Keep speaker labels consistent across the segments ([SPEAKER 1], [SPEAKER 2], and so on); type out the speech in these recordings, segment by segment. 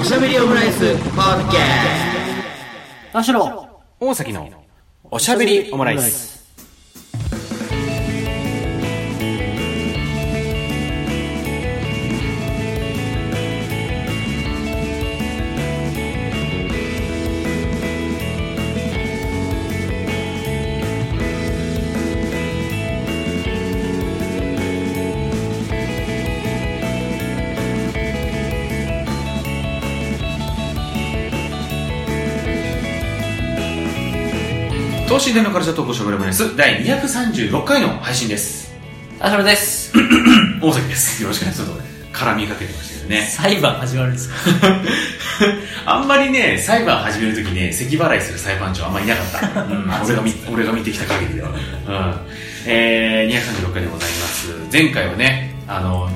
[SPEAKER 1] おしゃべりオムライスポッケ
[SPEAKER 2] 田代
[SPEAKER 3] 大崎のおしゃべりオムライス。等身大のカルチャートークおしゃべりオムライス第236回の配信 です。
[SPEAKER 2] 田代です
[SPEAKER 3] 大崎です。よろしくね。ちょっと絡みかけてましたけどね。
[SPEAKER 2] 裁判始まるんですか
[SPEAKER 3] あんまりね、裁判始めるときね、咳払いする裁判長あんまりいなかった。 うん、俺が見俺が見てきた限りでは。うん。えー、236回でございます。前回はね、あの、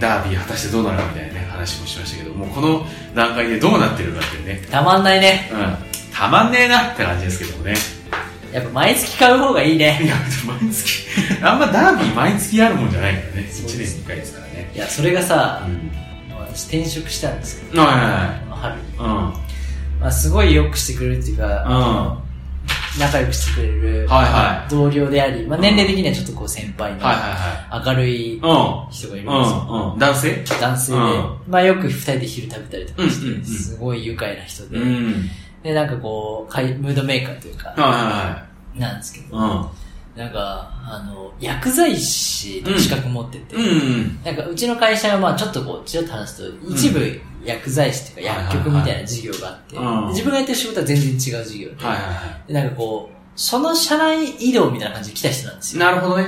[SPEAKER 3] ダービー果たしてどうなるかみたいなね、話もしましたけど、もうこの段階でどうなってるかっていうね、
[SPEAKER 2] たまんないね
[SPEAKER 3] うん、たまんねえなって感じですけどもね。
[SPEAKER 2] やっぱ毎月買う方がいいね
[SPEAKER 3] いや、毎月、あんまダービー毎月あるもんじゃないからね、1年に1回ですからね。
[SPEAKER 2] いやそれがさ
[SPEAKER 3] うん。
[SPEAKER 2] 私転職したんですけど
[SPEAKER 3] は
[SPEAKER 2] 春に
[SPEAKER 3] いはいは
[SPEAKER 2] まあすごいよくしてくれるっていうか
[SPEAKER 3] い。うん。うん。
[SPEAKER 2] 仲良くしてくれる
[SPEAKER 3] はいはい
[SPEAKER 2] 同僚でありまあ年齢的にはちょっとこう先輩
[SPEAKER 3] はい
[SPEAKER 2] の
[SPEAKER 3] は
[SPEAKER 2] 明るい
[SPEAKER 3] いは
[SPEAKER 2] 人がい
[SPEAKER 3] い。
[SPEAKER 2] る
[SPEAKER 3] うん
[SPEAKER 2] ですよ
[SPEAKER 3] ん。うん。うん。男性
[SPEAKER 2] 男性で、
[SPEAKER 3] う
[SPEAKER 2] まあよく二人で昼食べたりとかして、
[SPEAKER 3] うんうんうん
[SPEAKER 2] すごい愉快な人で、
[SPEAKER 3] ん。
[SPEAKER 2] で、なんかこう、かいムードメーカーというか、
[SPEAKER 3] は
[SPEAKER 2] なんですけ
[SPEAKER 3] い
[SPEAKER 2] ど、
[SPEAKER 3] は
[SPEAKER 2] なんか、あの、薬剤師の資格持ってて、
[SPEAKER 3] い。うん。うん。
[SPEAKER 2] なんかうちの会社はまあちょっとこう、ちらっと話すと、一部薬剤師っていうか薬局みたいな事業があって、
[SPEAKER 3] はいはいはいうん
[SPEAKER 2] で自分がやってる仕事は全然違う事業で、
[SPEAKER 3] はいはいは
[SPEAKER 2] でなんかこう、その社内移動みたいな感じで来た人なんです
[SPEAKER 3] い。
[SPEAKER 2] よ。
[SPEAKER 3] なるほどね。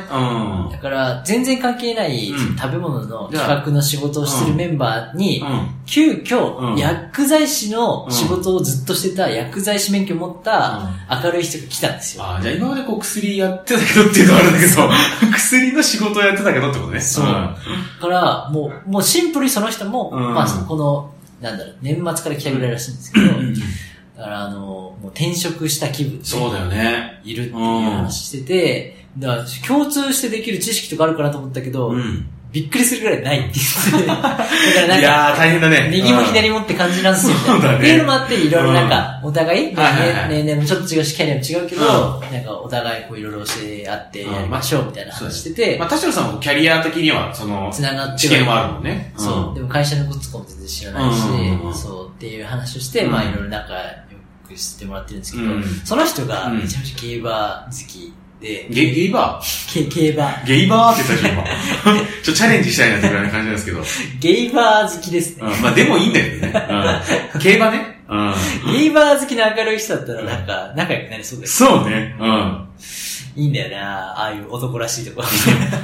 [SPEAKER 3] う
[SPEAKER 2] だから、全然関係ない
[SPEAKER 3] うん
[SPEAKER 2] 食べ物の企画の仕事をしてるメンバーに、
[SPEAKER 3] ん。うん。
[SPEAKER 2] 急遽、
[SPEAKER 3] うん
[SPEAKER 2] 薬剤師の仕事をずっとしてた薬剤師免許を持った明るい人が来たんですよ。
[SPEAKER 3] あーじゃあ今までこう薬やってたけどっていうのはあるんだけ ど、薬の仕事をやってたけどってことね。
[SPEAKER 2] そう
[SPEAKER 3] うん
[SPEAKER 2] だから、もう、もうシンプルにその人も、
[SPEAKER 3] うん
[SPEAKER 2] まあ、この、なんだろう、年末から来たぐらいらしいんですけど、
[SPEAKER 3] うん
[SPEAKER 2] だから、あの、もう転職した気分で
[SPEAKER 3] そうだよね。
[SPEAKER 2] いるっていう話してて、だから共通してできる知識とかあるかなと思ったけど、
[SPEAKER 3] うん。
[SPEAKER 2] びっくりするぐらいないって言って て、だから
[SPEAKER 3] い
[SPEAKER 2] なんか、
[SPEAKER 3] やー大変だね。
[SPEAKER 2] 右も左
[SPEAKER 3] も。
[SPEAKER 2] もって感じなんですよ、ね。
[SPEAKER 3] そうだね
[SPEAKER 2] っていうのもあって、いろいろなんか、お互い、
[SPEAKER 3] はいはいはい
[SPEAKER 2] 年齢もちょっと違うし、キャリアも違うけど、
[SPEAKER 3] う
[SPEAKER 2] なんかお互いこういろいろ教え合って
[SPEAKER 3] うん
[SPEAKER 2] やりましょうみたいな話してて
[SPEAKER 3] ま、あ田代さんもキャリア的には、その、
[SPEAKER 2] つながって
[SPEAKER 3] 知
[SPEAKER 2] はい
[SPEAKER 3] 見はあるもんね。
[SPEAKER 2] そう。でも会社のこととかも全然知らないし
[SPEAKER 3] うんうんうんう、ん
[SPEAKER 2] そうっていう話をして、
[SPEAKER 3] うん
[SPEAKER 2] まあいろいろ仲良くしてもらってるんですけど
[SPEAKER 3] うん、
[SPEAKER 2] その人が
[SPEAKER 3] うん
[SPEAKER 2] めちゃめちゃ競馬好きで、
[SPEAKER 3] ゲゲイバ
[SPEAKER 2] け競馬、
[SPEAKER 3] ーゲイバーって言ったでしょ、今。ちょ、チャレンジしたいなってぐらいの感じなんですけど。
[SPEAKER 2] ゲイバー好きですね。
[SPEAKER 3] うん、まあでもいいんだけどね。うん。競馬ね。うん。
[SPEAKER 2] ゲイバー好きの明るい人だったらなんか仲良くなりそうです。
[SPEAKER 3] そうね。うん。
[SPEAKER 2] いいんだよなああいう男らしいとこ。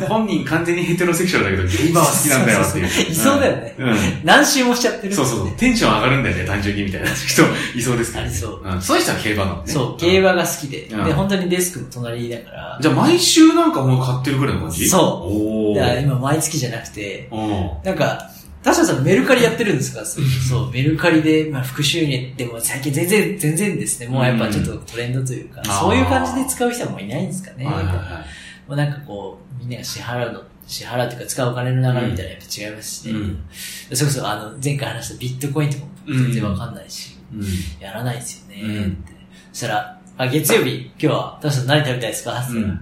[SPEAKER 3] 本人完全にヘテロセクシャルだけど、ゲイバーは好きなんだよっていう。
[SPEAKER 2] そうそうそうい そうだよね
[SPEAKER 3] うん。うん
[SPEAKER 2] 何周もしちゃってる。
[SPEAKER 3] そうそうそう。テンション上がるんだよね、単純にみたいな人、いそうですけど、
[SPEAKER 2] あ
[SPEAKER 3] ね。
[SPEAKER 2] りそう。
[SPEAKER 3] ん。そういう人は競馬なのね。
[SPEAKER 2] そう、競
[SPEAKER 3] 馬。
[SPEAKER 2] 馬が好きで。
[SPEAKER 3] うん
[SPEAKER 2] で、本当にデスクも隣だから。
[SPEAKER 3] じゃあ毎週なんかもう買ってるぐらいの感じ。
[SPEAKER 2] そう
[SPEAKER 3] お
[SPEAKER 2] だから
[SPEAKER 3] ー。
[SPEAKER 2] 今毎月じゃなくて、
[SPEAKER 3] うん。
[SPEAKER 2] なんか、田代さんメルカリやってるんですかそうそう、メルカリで、まあ、復収入でも最近全然、全然ですね。もうやっぱちょっとトレンドというか、
[SPEAKER 3] ん
[SPEAKER 2] そういう感じで使う人はもういないんですかね。
[SPEAKER 3] はいはい
[SPEAKER 2] も
[SPEAKER 3] は
[SPEAKER 2] うなんかこう、みんなが支払うの、支払うというか使うお金の流れみたいなのやっぱ違いますし
[SPEAKER 3] い。
[SPEAKER 2] ね。それこそあの、前回話したビットコインとかも全然わかんないし。
[SPEAKER 3] うん。
[SPEAKER 2] やらないですよね、
[SPEAKER 3] うん
[SPEAKER 2] って。そしたら、あ、月曜日、今日は、どうした何食べたいですか、って言ったら
[SPEAKER 3] うん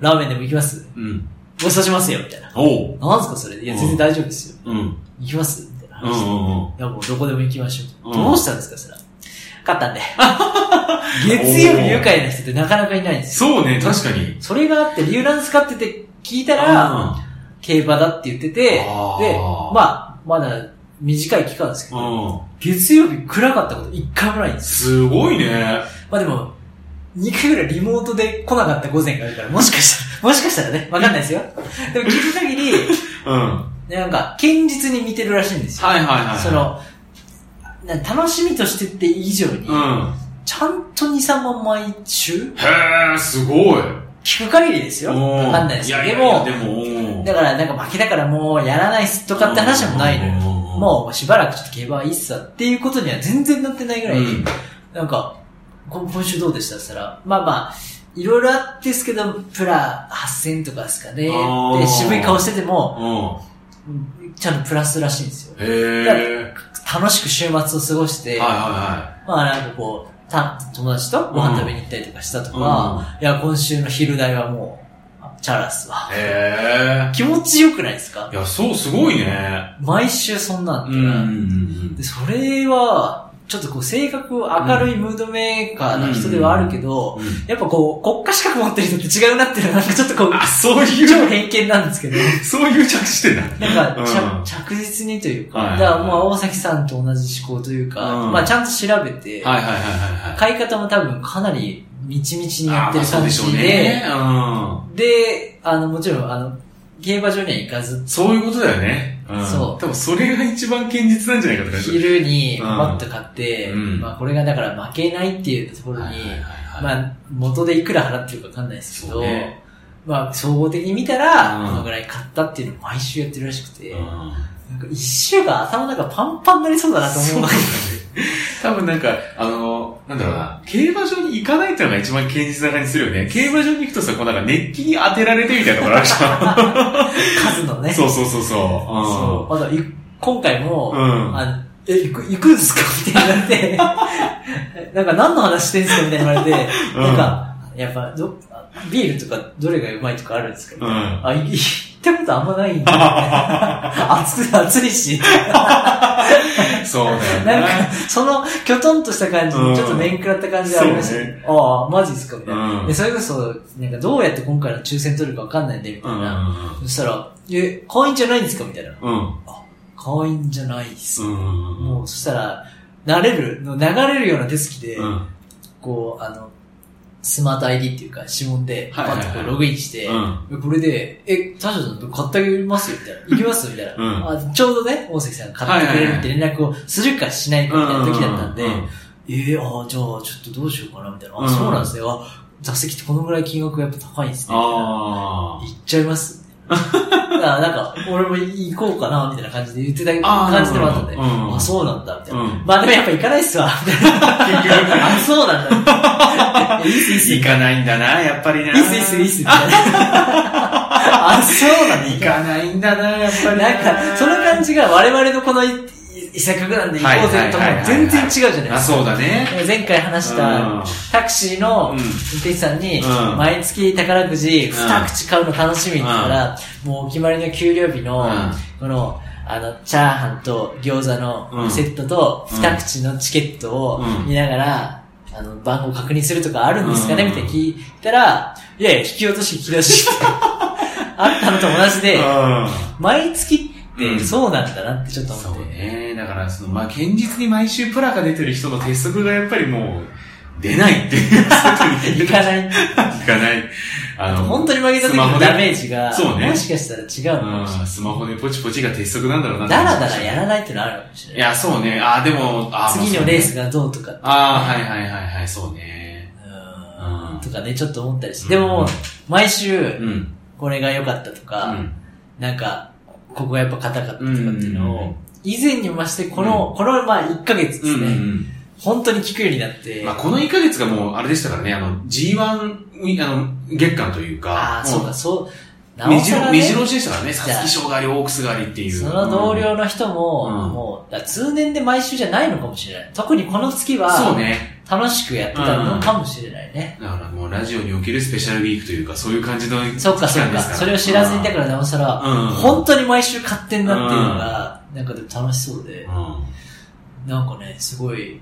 [SPEAKER 2] ラーメンでも行きます
[SPEAKER 3] うん。
[SPEAKER 2] ごちそうしますよみたいな。
[SPEAKER 3] おう。
[SPEAKER 2] なんすかそれいや、
[SPEAKER 3] うん
[SPEAKER 2] 全然大丈夫ですよ。
[SPEAKER 3] うん。
[SPEAKER 2] 行きますみたいな
[SPEAKER 3] うんう
[SPEAKER 2] 話。い
[SPEAKER 3] んうん。
[SPEAKER 2] や、もうどこでも行きましょう。
[SPEAKER 3] うん
[SPEAKER 2] どうしたんですかそれは。勝っ たんで。月曜日愉快な人ってなかなかいないんですよ。
[SPEAKER 3] そうね、確かに。
[SPEAKER 2] それがあって、理由なんですかって言って聞いたら、
[SPEAKER 3] あ
[SPEAKER 2] 競馬だって言ってて、で、
[SPEAKER 3] あー
[SPEAKER 2] まあ、まだ短い期間ですけ
[SPEAKER 3] う
[SPEAKER 2] ど、
[SPEAKER 3] ん。
[SPEAKER 2] 月曜日暗かったこと一回もないんですよ
[SPEAKER 3] すごいね。
[SPEAKER 2] まあでも、2回ぐらいリモートで来なかった午前があるから、もしかしたら、も しかしたらね、わかんないですよ。でも聞く限り、
[SPEAKER 3] うん。は
[SPEAKER 2] なんか、堅実に見てるらしいんです
[SPEAKER 3] い
[SPEAKER 2] よ。
[SPEAKER 3] はいはい。
[SPEAKER 2] そ、の、な楽しみとしてって以上に、
[SPEAKER 3] うん。
[SPEAKER 2] ちゃんと2、3万毎週
[SPEAKER 3] へえ、すごい。
[SPEAKER 2] 聞く限りですよ。わかんないですよ。
[SPEAKER 3] や
[SPEAKER 2] で
[SPEAKER 3] やや
[SPEAKER 2] も
[SPEAKER 3] で、も、
[SPEAKER 2] だからなんか負けだからもうやらないっすとかって話もないのよ。
[SPEAKER 3] よ
[SPEAKER 2] もうしばらくちょっと競馬はいいっすわっていうことには全然なってないぐらい、
[SPEAKER 3] うん
[SPEAKER 2] なんか、こ今週どうでしたって言ったら、まあまあ、いろいろあってですけど、プラ8000とかですかね。
[SPEAKER 3] あー
[SPEAKER 2] で、渋い顔してても、
[SPEAKER 3] うん。
[SPEAKER 2] ちゃんとプラスらしいんですよ。
[SPEAKER 3] へえ。
[SPEAKER 2] 楽しく週末を過ごして、
[SPEAKER 3] はいは
[SPEAKER 2] まあなんかこう、た、友達とご飯食べに行ったりとかしたとか、いや、今週の昼代はもう、チャラっすわ
[SPEAKER 3] いはい。。へ
[SPEAKER 2] 気持ちよくないですか
[SPEAKER 3] え。いや、そう、すごいね。
[SPEAKER 2] 毎週そんなんって、
[SPEAKER 3] ん
[SPEAKER 2] で、それは、ちょっとこう、性格明るいムードメーカーな人ではあるけど、やっぱこう、国家資格持ってる人って違うなっていうのは、なんかちょっとこう、
[SPEAKER 3] あ、そ
[SPEAKER 2] 超
[SPEAKER 3] ういう、
[SPEAKER 2] 偏見なんですけど、
[SPEAKER 3] そういう着地してんだ。
[SPEAKER 2] なんか、ち
[SPEAKER 3] う
[SPEAKER 2] ゃ
[SPEAKER 3] ん
[SPEAKER 2] 着実にというか、
[SPEAKER 3] はいはいはい
[SPEAKER 2] だからもう大崎さんと同じ思考というか、
[SPEAKER 3] うん
[SPEAKER 2] まあちゃんと調べて、
[SPEAKER 3] はいはいはいはいはい。
[SPEAKER 2] 買い方も多分かなりみちみちにやってる
[SPEAKER 3] あまあそう
[SPEAKER 2] 感
[SPEAKER 3] でしょう
[SPEAKER 2] じで、
[SPEAKER 3] ね。うん。
[SPEAKER 2] で、あの、もちろん、あの、競馬場には行かず、
[SPEAKER 3] そういうことだよね。ん
[SPEAKER 2] そう
[SPEAKER 3] 多分それが一番堅実なんじゃないかとか。
[SPEAKER 2] 昼に
[SPEAKER 3] うん
[SPEAKER 2] バッと買って、
[SPEAKER 3] うん
[SPEAKER 2] まあこれがだから負けないっていうところに、
[SPEAKER 3] はいはいはいはい
[SPEAKER 2] まあ元でいくら払ってるかわかんないですけ
[SPEAKER 3] そ
[SPEAKER 2] ど、
[SPEAKER 3] うね
[SPEAKER 2] まあ総合的に見たら、
[SPEAKER 3] うん
[SPEAKER 2] このぐらい買ったっていうのを毎週やってるらしくて、
[SPEAKER 3] うん
[SPEAKER 2] なんか一週が頭の中パンパンになりそうだなと
[SPEAKER 3] そ
[SPEAKER 2] 思う
[SPEAKER 3] うだね。多分なんか、あの、なんだろうな、競馬場に行かないっていうのが一番堅実な感じするよね。競馬場に行くとさ、こうなんか熱気に当てられてみたいなところあるじゃ
[SPEAKER 2] 数の ね。
[SPEAKER 3] ん。そうそうそうそう。うん
[SPEAKER 2] そう。あと、い今回も、
[SPEAKER 3] うん
[SPEAKER 2] あの、え、行く、行くんすかみたいになって、 なんか何の話してんすかみたいに言われて、
[SPEAKER 3] うん
[SPEAKER 2] なんか、やっぱど、ビールとかどれがうまいとかあるんですか、
[SPEAKER 3] うん
[SPEAKER 2] あ、い行ったことあんま ないんで、暑く、暑いし、
[SPEAKER 3] そうだよね。
[SPEAKER 2] なんか、その、きょとんとした感じ
[SPEAKER 3] うん
[SPEAKER 2] に、ちょっと面食らった感じがありました、
[SPEAKER 3] そうね
[SPEAKER 2] ああ、マジっすかみたいな、
[SPEAKER 3] うん
[SPEAKER 2] で、それこそ、なんか、どうやって今回の抽選取るかわかんないんで、みたいな。そしたら、え、会員じゃないんですかみたいな。
[SPEAKER 3] うん。うん。
[SPEAKER 2] 会員じゃないっす。
[SPEAKER 3] うん。
[SPEAKER 2] もう、そしたら、慣れる、の流れるような手つきで、
[SPEAKER 3] うん。
[SPEAKER 2] こう、あの、スマート ID っていうか、指紋で、
[SPEAKER 3] はい
[SPEAKER 2] パ
[SPEAKER 3] はいはい
[SPEAKER 2] ッとこうログインして、
[SPEAKER 3] うん。
[SPEAKER 2] これで、え、他社さんと買ってあげますよ、みたいな。行きますみたいな、あ。ちょうどね、大関さんが買ってくれるって連絡をするかしないかみたいな時だったんで、
[SPEAKER 3] う
[SPEAKER 2] ええああ、じゃあ、ちょっとどうしようかな、みたいな。あ、
[SPEAKER 3] うん
[SPEAKER 2] そうなんですね。あ、座席ってこのぐらい金額やっぱ高いんですね。みたいな
[SPEAKER 3] あー
[SPEAKER 2] 行っちゃい ます。だからなんか、俺も行こうかな、みたいな感じで言ってた
[SPEAKER 3] あー
[SPEAKER 2] 感じでもあったんで、
[SPEAKER 3] なるほどうん
[SPEAKER 2] あ、そうなんだ、みたいな。
[SPEAKER 3] うん
[SPEAKER 2] まあでもやっぱ行かないっすわ、みたいな。 あ、そうなんだ。いやいいっす、いいっす。いい
[SPEAKER 3] 行かないんだな、やっぱりな。
[SPEAKER 2] っす、いいっす、い いっす、みたいな。あ、そうなんだ。
[SPEAKER 3] 行かないんだな、やっぱり
[SPEAKER 2] なんか、その感じが我々のこのい、いせっかくなんで行こうぜとも
[SPEAKER 3] はいはいはいはい
[SPEAKER 2] 全然違うじゃないで
[SPEAKER 3] あ、
[SPEAKER 2] すか。
[SPEAKER 3] そうだね。
[SPEAKER 2] 前回話したタクシーの
[SPEAKER 3] うん
[SPEAKER 2] 運転手さんに
[SPEAKER 3] うん、
[SPEAKER 2] 毎月宝くじ
[SPEAKER 3] ん
[SPEAKER 2] 2口買うの楽しみって言ったら、もうお決まりの給料日
[SPEAKER 3] う
[SPEAKER 2] の
[SPEAKER 3] ん、
[SPEAKER 2] この、あの、チャーハンと餃子
[SPEAKER 3] うん
[SPEAKER 2] のセットと2口のチケットを
[SPEAKER 3] うん
[SPEAKER 2] 見ながら、あの、番号確認するとかあるんですかね
[SPEAKER 3] うん
[SPEAKER 2] みたいに聞いたら、いやいや、引き落とし、引き出し って。あったのと同じで、
[SPEAKER 3] う
[SPEAKER 2] 毎月っ
[SPEAKER 3] うん
[SPEAKER 2] てそうなんだなってちょっと
[SPEAKER 3] ん。そ
[SPEAKER 2] 思っ
[SPEAKER 3] う
[SPEAKER 2] て。
[SPEAKER 3] ね。だから、その、まあ、堅実に毎週プラが出てる人の鉄則がやっぱりもう、出ないっていう。
[SPEAKER 2] 行か ない。
[SPEAKER 3] 行かない。あ
[SPEAKER 2] 本当に負けた時
[SPEAKER 3] スマホ
[SPEAKER 2] の
[SPEAKER 3] で
[SPEAKER 2] ダメージが、
[SPEAKER 3] そうね
[SPEAKER 2] もしかしたら違うのかもしれ
[SPEAKER 3] う、
[SPEAKER 2] なん
[SPEAKER 3] スマホでポチポチが鉄則なんだろうな。
[SPEAKER 2] い。だらだらやらないってのあるかもしれ
[SPEAKER 3] い
[SPEAKER 2] ない。
[SPEAKER 3] や、そうね。あ、でも、あ
[SPEAKER 2] 次のレー。スがどうとか、
[SPEAKER 3] まあそうねあー、はいはいはいはい、そうね。
[SPEAKER 2] う
[SPEAKER 3] うん
[SPEAKER 2] んとかね、ちょっと思ったりして。で
[SPEAKER 3] うん
[SPEAKER 2] も、毎週、
[SPEAKER 3] うん。
[SPEAKER 2] これが良かったと
[SPEAKER 3] う
[SPEAKER 2] か、
[SPEAKER 3] ん。
[SPEAKER 2] なんか、ここがやっぱ硬かったとかっていうの
[SPEAKER 3] うん
[SPEAKER 2] を、以前にも増して、この、この、まあ、1ヶ月で
[SPEAKER 3] うん
[SPEAKER 2] す
[SPEAKER 3] うんう
[SPEAKER 2] ね、
[SPEAKER 3] ん。
[SPEAKER 2] 本当に効くようになって、
[SPEAKER 3] まあ、この1ヶ月がもう、あれでしたからね、あの、G1 に、あの、月間というか、
[SPEAKER 2] ああ、そう
[SPEAKER 3] も
[SPEAKER 2] か、そう、
[SPEAKER 3] う目白、目
[SPEAKER 2] ね
[SPEAKER 3] 白押しでしたからね、
[SPEAKER 2] じゃ
[SPEAKER 3] サ
[SPEAKER 2] あ
[SPEAKER 3] ツキ賞があり、オークスがありっていう。
[SPEAKER 2] その同
[SPEAKER 3] うん
[SPEAKER 2] 僚の人も、
[SPEAKER 3] うん
[SPEAKER 2] もう、だから通年で毎週じゃないのかもしれない。特にこの月
[SPEAKER 3] そう
[SPEAKER 2] は、
[SPEAKER 3] ね。
[SPEAKER 2] 楽しくやってたのかもしれないね。
[SPEAKER 3] だからもう、ラジオにおけるスペシャルウィークというか、そういう感じの期間です
[SPEAKER 2] そ
[SPEAKER 3] ら。
[SPEAKER 2] っかそっか。それを知らずに、だからなおさら、
[SPEAKER 3] うん
[SPEAKER 2] 本当に毎週買ってんなっていうのが、なんかでも楽しそうで
[SPEAKER 3] う、ん。
[SPEAKER 2] なんかね、すごい、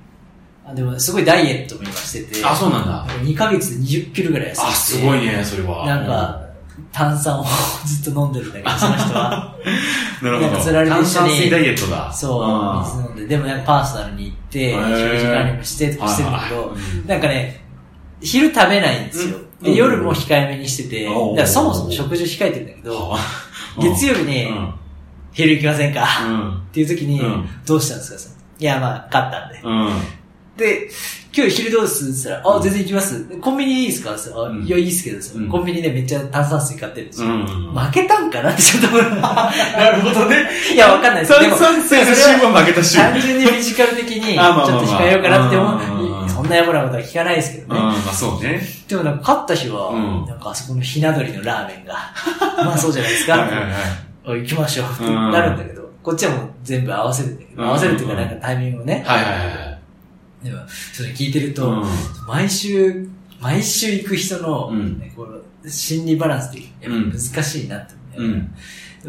[SPEAKER 2] あでもすごいダイエットも今してて、
[SPEAKER 3] あ、そうなんだ。
[SPEAKER 2] 2ヶ月で20キロぐらい痩せて
[SPEAKER 3] あ、すごいね、それは。
[SPEAKER 2] なんか、炭酸をずっと飲んでるんだけど、その人は。
[SPEAKER 3] うん、なるほ
[SPEAKER 2] なん
[SPEAKER 3] ど。
[SPEAKER 2] かそれあれと一緒
[SPEAKER 3] 炭
[SPEAKER 2] に
[SPEAKER 3] 酸水ダイエットだ。
[SPEAKER 2] そう、水飲んで、でもなんかパーソナルに行って、
[SPEAKER 3] へー
[SPEAKER 2] 食事管理もしてとかしてるんだけど、
[SPEAKER 3] うん
[SPEAKER 2] なんかね、昼食べないんですよ。
[SPEAKER 3] うん
[SPEAKER 2] で、夜も控えめにしてて、だ
[SPEAKER 3] おー
[SPEAKER 2] からそもそも食事を控えてるんだけど、月
[SPEAKER 3] 曜
[SPEAKER 2] 曜日
[SPEAKER 3] 日
[SPEAKER 2] に
[SPEAKER 3] うん。
[SPEAKER 2] 昼行きませんか
[SPEAKER 3] うん。
[SPEAKER 2] っていう時に
[SPEAKER 3] うん、
[SPEAKER 2] どうしたんですかそれいや、まあ、買ったんで。
[SPEAKER 3] うん。
[SPEAKER 2] で、今日昼どうするって言ったら、
[SPEAKER 3] う
[SPEAKER 2] あ、
[SPEAKER 3] ん
[SPEAKER 2] 全然行きます。コンビニいいですかって言ったらあ
[SPEAKER 3] うん
[SPEAKER 2] いや、いいですけどそれ
[SPEAKER 3] うん
[SPEAKER 2] コンビニでめっちゃ炭酸水買ってるんです
[SPEAKER 3] う
[SPEAKER 2] よ。
[SPEAKER 3] ん。
[SPEAKER 2] 負けたんかなってちょっと思う
[SPEAKER 3] なるほどね。
[SPEAKER 2] いや、わかんないです。で
[SPEAKER 3] 炭
[SPEAKER 2] も
[SPEAKER 3] 酸水の週は負けた週。
[SPEAKER 2] 単純にフィジカル的に、ちょ
[SPEAKER 3] あまあ
[SPEAKER 2] っ
[SPEAKER 3] まあま
[SPEAKER 2] と
[SPEAKER 3] あ
[SPEAKER 2] 控えようかなって
[SPEAKER 3] うんうんう
[SPEAKER 2] 思
[SPEAKER 3] ん
[SPEAKER 2] う。そんなやばなことは聞かないですけど
[SPEAKER 3] うん、
[SPEAKER 2] ね。
[SPEAKER 3] まあそうね。
[SPEAKER 2] でもなんか勝った日は
[SPEAKER 3] うん、
[SPEAKER 2] なんかあそこの ひな鳥のラーメンが、まあそうじゃないですか。
[SPEAKER 3] い。
[SPEAKER 2] おい行きましょうって
[SPEAKER 3] うん
[SPEAKER 2] なるんだけど、こっちはもう全部合わせるんだけど、
[SPEAKER 3] うん
[SPEAKER 2] 合わせるっていうかなんかタイミングをね。
[SPEAKER 3] はいはいはい。
[SPEAKER 2] でも、それ聞いてると、
[SPEAKER 3] う
[SPEAKER 2] 毎週、毎週行く人の、
[SPEAKER 3] うん
[SPEAKER 2] ねこう心理バランスってやっぱ難しいなって思う、
[SPEAKER 3] ん。う
[SPEAKER 2] ね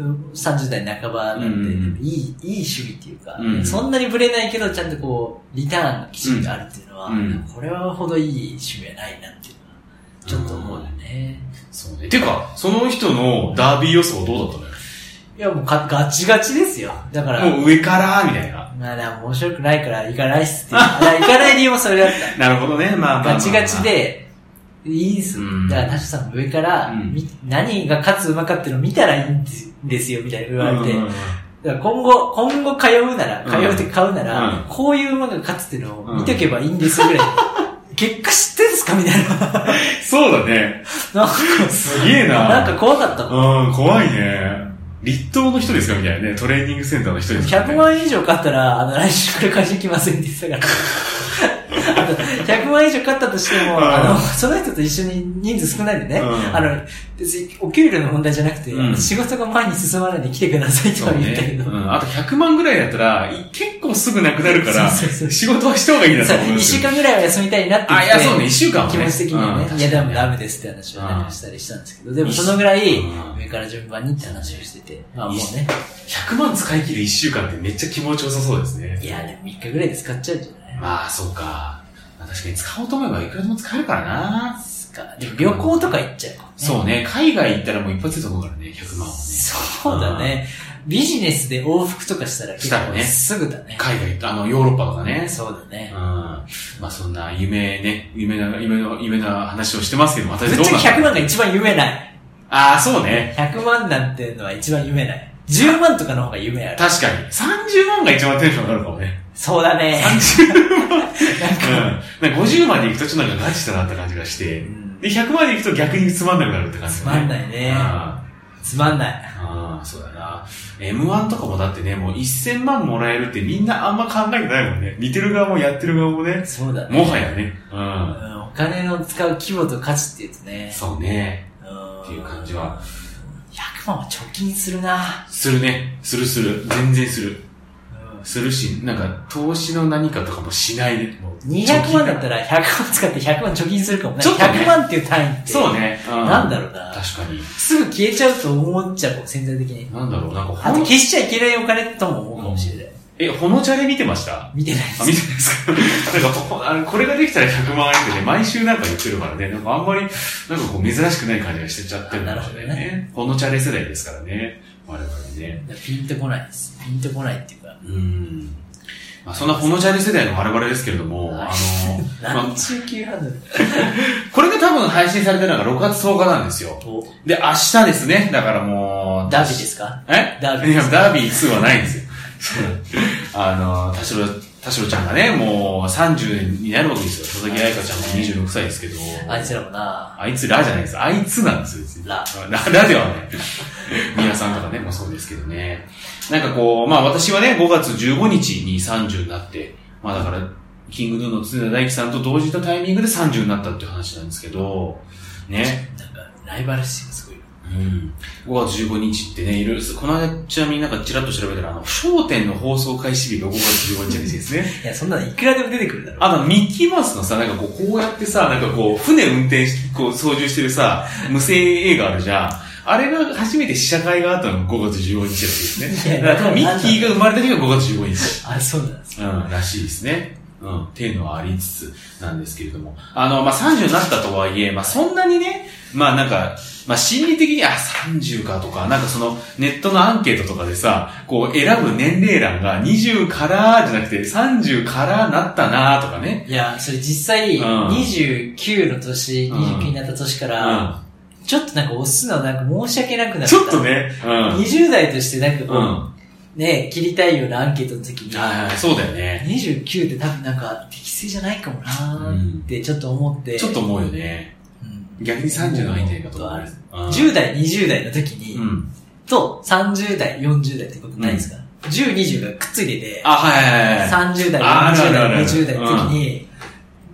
[SPEAKER 3] ん。
[SPEAKER 2] 30代半ばなんて、
[SPEAKER 3] うん
[SPEAKER 2] いい、いい趣味っていうか、
[SPEAKER 3] うん
[SPEAKER 2] そんなにブレないけど、ちゃんとこう、リターンの基準があるっていうのは、
[SPEAKER 3] うん
[SPEAKER 2] これはほどいい趣味はないなっていうのは、ちょっと思うよね。
[SPEAKER 3] そうね。てか、その人のダービー予想どうだった
[SPEAKER 2] いや、もうかガチガチですよ。だから、
[SPEAKER 3] のよ。もう上から、みたいな。
[SPEAKER 2] まあ、でも面白くないから行かないっすって いう。だから行かない理由もそれだっ
[SPEAKER 3] なるほどね。まあまあまあ
[SPEAKER 2] た。
[SPEAKER 3] まあ
[SPEAKER 2] ガチガチ。で、いいんす
[SPEAKER 3] うん。
[SPEAKER 2] だから、ナシさんも上から、
[SPEAKER 3] うん
[SPEAKER 2] み何が勝つ馬かっていうのを見たらいいんですよ、みたいな言われて。
[SPEAKER 3] うんうんうん
[SPEAKER 2] だから今後、今後通うなら、
[SPEAKER 3] うん
[SPEAKER 2] 通うっていうか買うなら、
[SPEAKER 3] うん
[SPEAKER 2] こういう馬が勝つっていうのを見とけばいいんですよ、ぐらい。 結果知ってんすかみたいな。
[SPEAKER 3] そうだね。
[SPEAKER 2] なんか、
[SPEAKER 3] すげえな。
[SPEAKER 2] なんか怖かったもん。
[SPEAKER 3] うん、怖いね。立東の人ですかみたいなね。トレーニングセンターの人ですか、ね。
[SPEAKER 2] 100万円以上買ったら、あの、来週から会社来ませんって言ってたから。あと、100万円以上買ったとしても、
[SPEAKER 3] うん
[SPEAKER 2] あの、その人と一緒に人数少ないんでね、
[SPEAKER 3] うん
[SPEAKER 2] あの、別にお給料の問題じゃなくて、
[SPEAKER 3] うん
[SPEAKER 2] 仕事が前に進まないで来てくださいと
[SPEAKER 3] そ
[SPEAKER 2] は
[SPEAKER 3] う
[SPEAKER 2] 言ったけ
[SPEAKER 3] ね。
[SPEAKER 2] ど、
[SPEAKER 3] うん。あと100万ぐらいだったら、い結構すぐなくなるから、
[SPEAKER 2] そう そうそう
[SPEAKER 3] 仕事はした方がいいなと
[SPEAKER 2] さ
[SPEAKER 3] 思うん
[SPEAKER 2] 1
[SPEAKER 3] です
[SPEAKER 2] 週
[SPEAKER 3] けど。
[SPEAKER 2] 間ぐらいは休みたいなって言って、
[SPEAKER 3] あいやそうね一週間はね
[SPEAKER 2] 気持ち的にはね、
[SPEAKER 3] うん
[SPEAKER 2] いやでもダメですって話をなんかしたりしたんですけど、でもそのぐらい、
[SPEAKER 3] うん
[SPEAKER 2] 上から順番にって話をしてて、まあもう
[SPEAKER 3] 一
[SPEAKER 2] ね、
[SPEAKER 3] 100万使い切る1週間ってめっちゃ気持ちよさそうですね。
[SPEAKER 2] いやでも3日ぐらいで使っちゃうんじゃない
[SPEAKER 3] まあ、そうか。まあ確かに使おうと思えばいくらでも使えるからな。
[SPEAKER 2] ですか。でも旅行とか行っちゃうからね
[SPEAKER 3] そうね。海外行ったらもう一発で思うからね、100万はね。
[SPEAKER 2] そうだね。ビジネスで往復とかしたら結
[SPEAKER 3] したら
[SPEAKER 2] 構
[SPEAKER 3] ね
[SPEAKER 2] すぐだね。
[SPEAKER 3] 海外行った、あの、ヨーロッパとかね。
[SPEAKER 2] そうだね
[SPEAKER 3] うん。。まあ、そんな夢ね、夢な、夢の、夢な話をしてますけど、私
[SPEAKER 2] ぶっ
[SPEAKER 3] どう
[SPEAKER 2] ちゃ
[SPEAKER 3] な
[SPEAKER 2] け100
[SPEAKER 3] の
[SPEAKER 2] 万が一番夢ない。
[SPEAKER 3] ああ、そうね。
[SPEAKER 2] 100万なんてのは一番夢ない。10万とかの方が夢ある。
[SPEAKER 3] 確かに。30万が一番テンション上がるかもね。
[SPEAKER 2] そうだね。
[SPEAKER 3] うん。なんか50まで行くとちょっとなんかガチだなって感じがして。
[SPEAKER 2] うん
[SPEAKER 3] で、100まで行くと逆につまんなくなるって感じ、ね。
[SPEAKER 2] つまんないね
[SPEAKER 3] あ
[SPEAKER 2] つまんない。
[SPEAKER 3] あ、そうだな。M1 とかもだってね、もう1000万もらえるってみんなあんま考えてないもんね。見てる側もやってる側もね。
[SPEAKER 2] そうだね。
[SPEAKER 3] もはやね。う。
[SPEAKER 2] うんんお金の使う規模と価値って言うとね。
[SPEAKER 3] そうね。
[SPEAKER 2] うん
[SPEAKER 3] っていう感じは。
[SPEAKER 2] 100万は貯金するな。
[SPEAKER 3] するね。するする。全然する。
[SPEAKER 2] うん
[SPEAKER 3] するし、なんか、投資の何かとかもしないね。もう
[SPEAKER 2] 200万だ
[SPEAKER 3] 貯金
[SPEAKER 2] ったら100万使って100万貯金するかもね。
[SPEAKER 3] ちょっとね
[SPEAKER 2] 100万っていう単位って。
[SPEAKER 3] そうね。う
[SPEAKER 2] なんだろうな。
[SPEAKER 3] 確かに。
[SPEAKER 2] すぐ消えちゃうと思っちゃうかも、潜在的に。
[SPEAKER 3] なんだろう、なんか
[SPEAKER 2] あと
[SPEAKER 3] ほの、
[SPEAKER 2] 消しちゃいけないお金とも思うかもしれない。
[SPEAKER 3] え、ほのチャレ見てました
[SPEAKER 2] 見てない
[SPEAKER 3] あ、
[SPEAKER 2] で
[SPEAKER 3] 見てないですか なんかほあの、これができたら100万円ってね、毎週なんか言ってるからね、なんかあんまり、なんかこう珍しくない感じがしてちゃってるかもしれない
[SPEAKER 2] なる
[SPEAKER 3] ね。ほのチャレ世代ですからね、我々ね。
[SPEAKER 2] す。ピンとこないです。ピンとこないっていうか。
[SPEAKER 3] うん。まあ、そんなほのチャレ世代の我々ですけれども、あの、ま
[SPEAKER 2] 何
[SPEAKER 3] あ、
[SPEAKER 2] 中級ハードル
[SPEAKER 3] これが多分配信されてるのが6月10日なんですよ。で、明日ですね。だからもう、
[SPEAKER 2] ダービーですか
[SPEAKER 3] え
[SPEAKER 2] ダービー
[SPEAKER 3] いや、ダービー2はないんですよ。あの、田代、田代ちゃんがね、もう30になるわけですよ。佐々木愛香ちゃんも26歳ですけど。
[SPEAKER 2] あいつらもな
[SPEAKER 3] あいつらじゃないです。あいつなんですよ別に、
[SPEAKER 2] ら
[SPEAKER 3] らではない。皆さんとかね、もそうですけどね。なんかこう、まあ私はね、5月15日に30になって、まあだから、キングヌーの常田大樹さんと同時のタイミングで30になったっていう話なんですけど、ね。
[SPEAKER 2] なんか、ライバル心がすごい。
[SPEAKER 3] うん5月15日ってね、いろいろ、この間ちなみになんかちらっと調べたら、あの、商店の放送開始日が5月15日らしいで すね。
[SPEAKER 2] いや、そんなのいくらでも出てくるだろ。
[SPEAKER 3] あの、ミッキーマウスのさ、なんかこう、こうやってさ、なんかこう、船運転し、こう、操縦してるさ、無声映画あるじゃん。あれが初めて試写会があったのが5月15日らしいですね。
[SPEAKER 2] い
[SPEAKER 3] だ
[SPEAKER 2] や
[SPEAKER 3] から多分ミッキーが生まれた日が5月15日。
[SPEAKER 2] あ、そうなんです。
[SPEAKER 3] うん、らしいですね。うん、っていうのはありつつなんですけれども。あの、まあ、30になったとはいえ、まあ、そんなにね、まあ、なんか、まあ、心理的に、あ、30かとか、なんかその、ネットのアンケートとかでさ、こう、選ぶ年齢欄が20からじゃなくて、30からなったなとかね。
[SPEAKER 2] いや、それ実際、
[SPEAKER 3] うん
[SPEAKER 2] 29の年、
[SPEAKER 3] うん
[SPEAKER 2] 29になった年か
[SPEAKER 3] う
[SPEAKER 2] ら、
[SPEAKER 3] ん。
[SPEAKER 2] ちょっとなんか押すのなんか申し訳なくなった。
[SPEAKER 3] ちょっと。ね、うん。
[SPEAKER 2] 20代としてなんか
[SPEAKER 3] う
[SPEAKER 2] こ
[SPEAKER 3] ん。
[SPEAKER 2] う、ね、切りたいようなアンケートの時に、
[SPEAKER 3] あーそうだよね。
[SPEAKER 2] 29って多分なんか適正じゃないかもなーってちょっと思って、
[SPEAKER 3] ちょっと思うよね。
[SPEAKER 2] うん、
[SPEAKER 3] 逆に30の相手がと
[SPEAKER 2] うん
[SPEAKER 3] か。うん
[SPEAKER 2] 10代、20代の時に、
[SPEAKER 3] うん。
[SPEAKER 2] と30代、40代ってことないですか、?10、20がくっついてて、
[SPEAKER 3] あ、はいはいはいはい。
[SPEAKER 2] 30代、
[SPEAKER 3] あ
[SPEAKER 2] 40
[SPEAKER 3] あるあるあ
[SPEAKER 2] 代、
[SPEAKER 3] る
[SPEAKER 2] 20代の時に、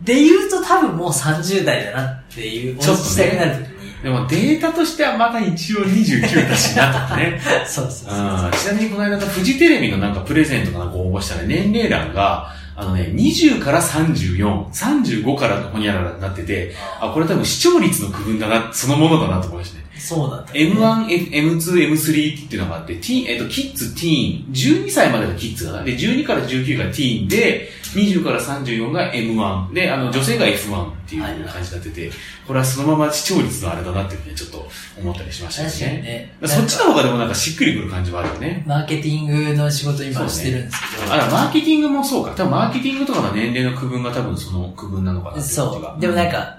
[SPEAKER 2] で言うと多分もう30代だなっていう、
[SPEAKER 3] ちょっとね
[SPEAKER 2] したくなる時に、
[SPEAKER 3] でもデータとしてはまだ一応29だしなとかね。
[SPEAKER 2] そうそうそう。
[SPEAKER 3] うんちなみにこの間のフジテレビのなんかプレゼントかなんか応募したら年齢欄が、あのね、20から34、35からほにゃららになってて、あ、これ多分視聴率の区分だな、そのものだなと思いましたね。
[SPEAKER 2] そうなんだ、ね。
[SPEAKER 3] M1、M2、M3 っていうのがあって、ティーン、えっと、キッズ、ティーン、12歳までがキッズだな。で、12から19がティーンで、20から34が M1。で、あの、女性が F1 っていう感じになってて、これはそのまま視聴率のあれだなっていうふうにちょっと思ったりしましたね。
[SPEAKER 2] 確かにね。
[SPEAKER 3] そっちの方がでもなんかしっくりくる感じはあるよね。
[SPEAKER 2] マーケティングの仕事今してるんですけど。
[SPEAKER 3] あら、マーケティングもそうか。多分マーケティングとかの年齢の区分が多分その区分なのかなってい感じ
[SPEAKER 2] そ
[SPEAKER 3] が
[SPEAKER 2] う。でもなん、か、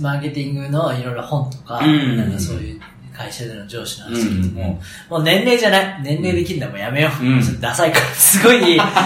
[SPEAKER 2] マーケティングのいろいろ本とか、
[SPEAKER 3] うん
[SPEAKER 2] なんかそういう会社での上司の
[SPEAKER 3] うん
[SPEAKER 2] 話とかも、もう年齢じゃない。年齢できんだもんやめよう。
[SPEAKER 3] うん
[SPEAKER 2] ちょっとダサいから、すごい、なんか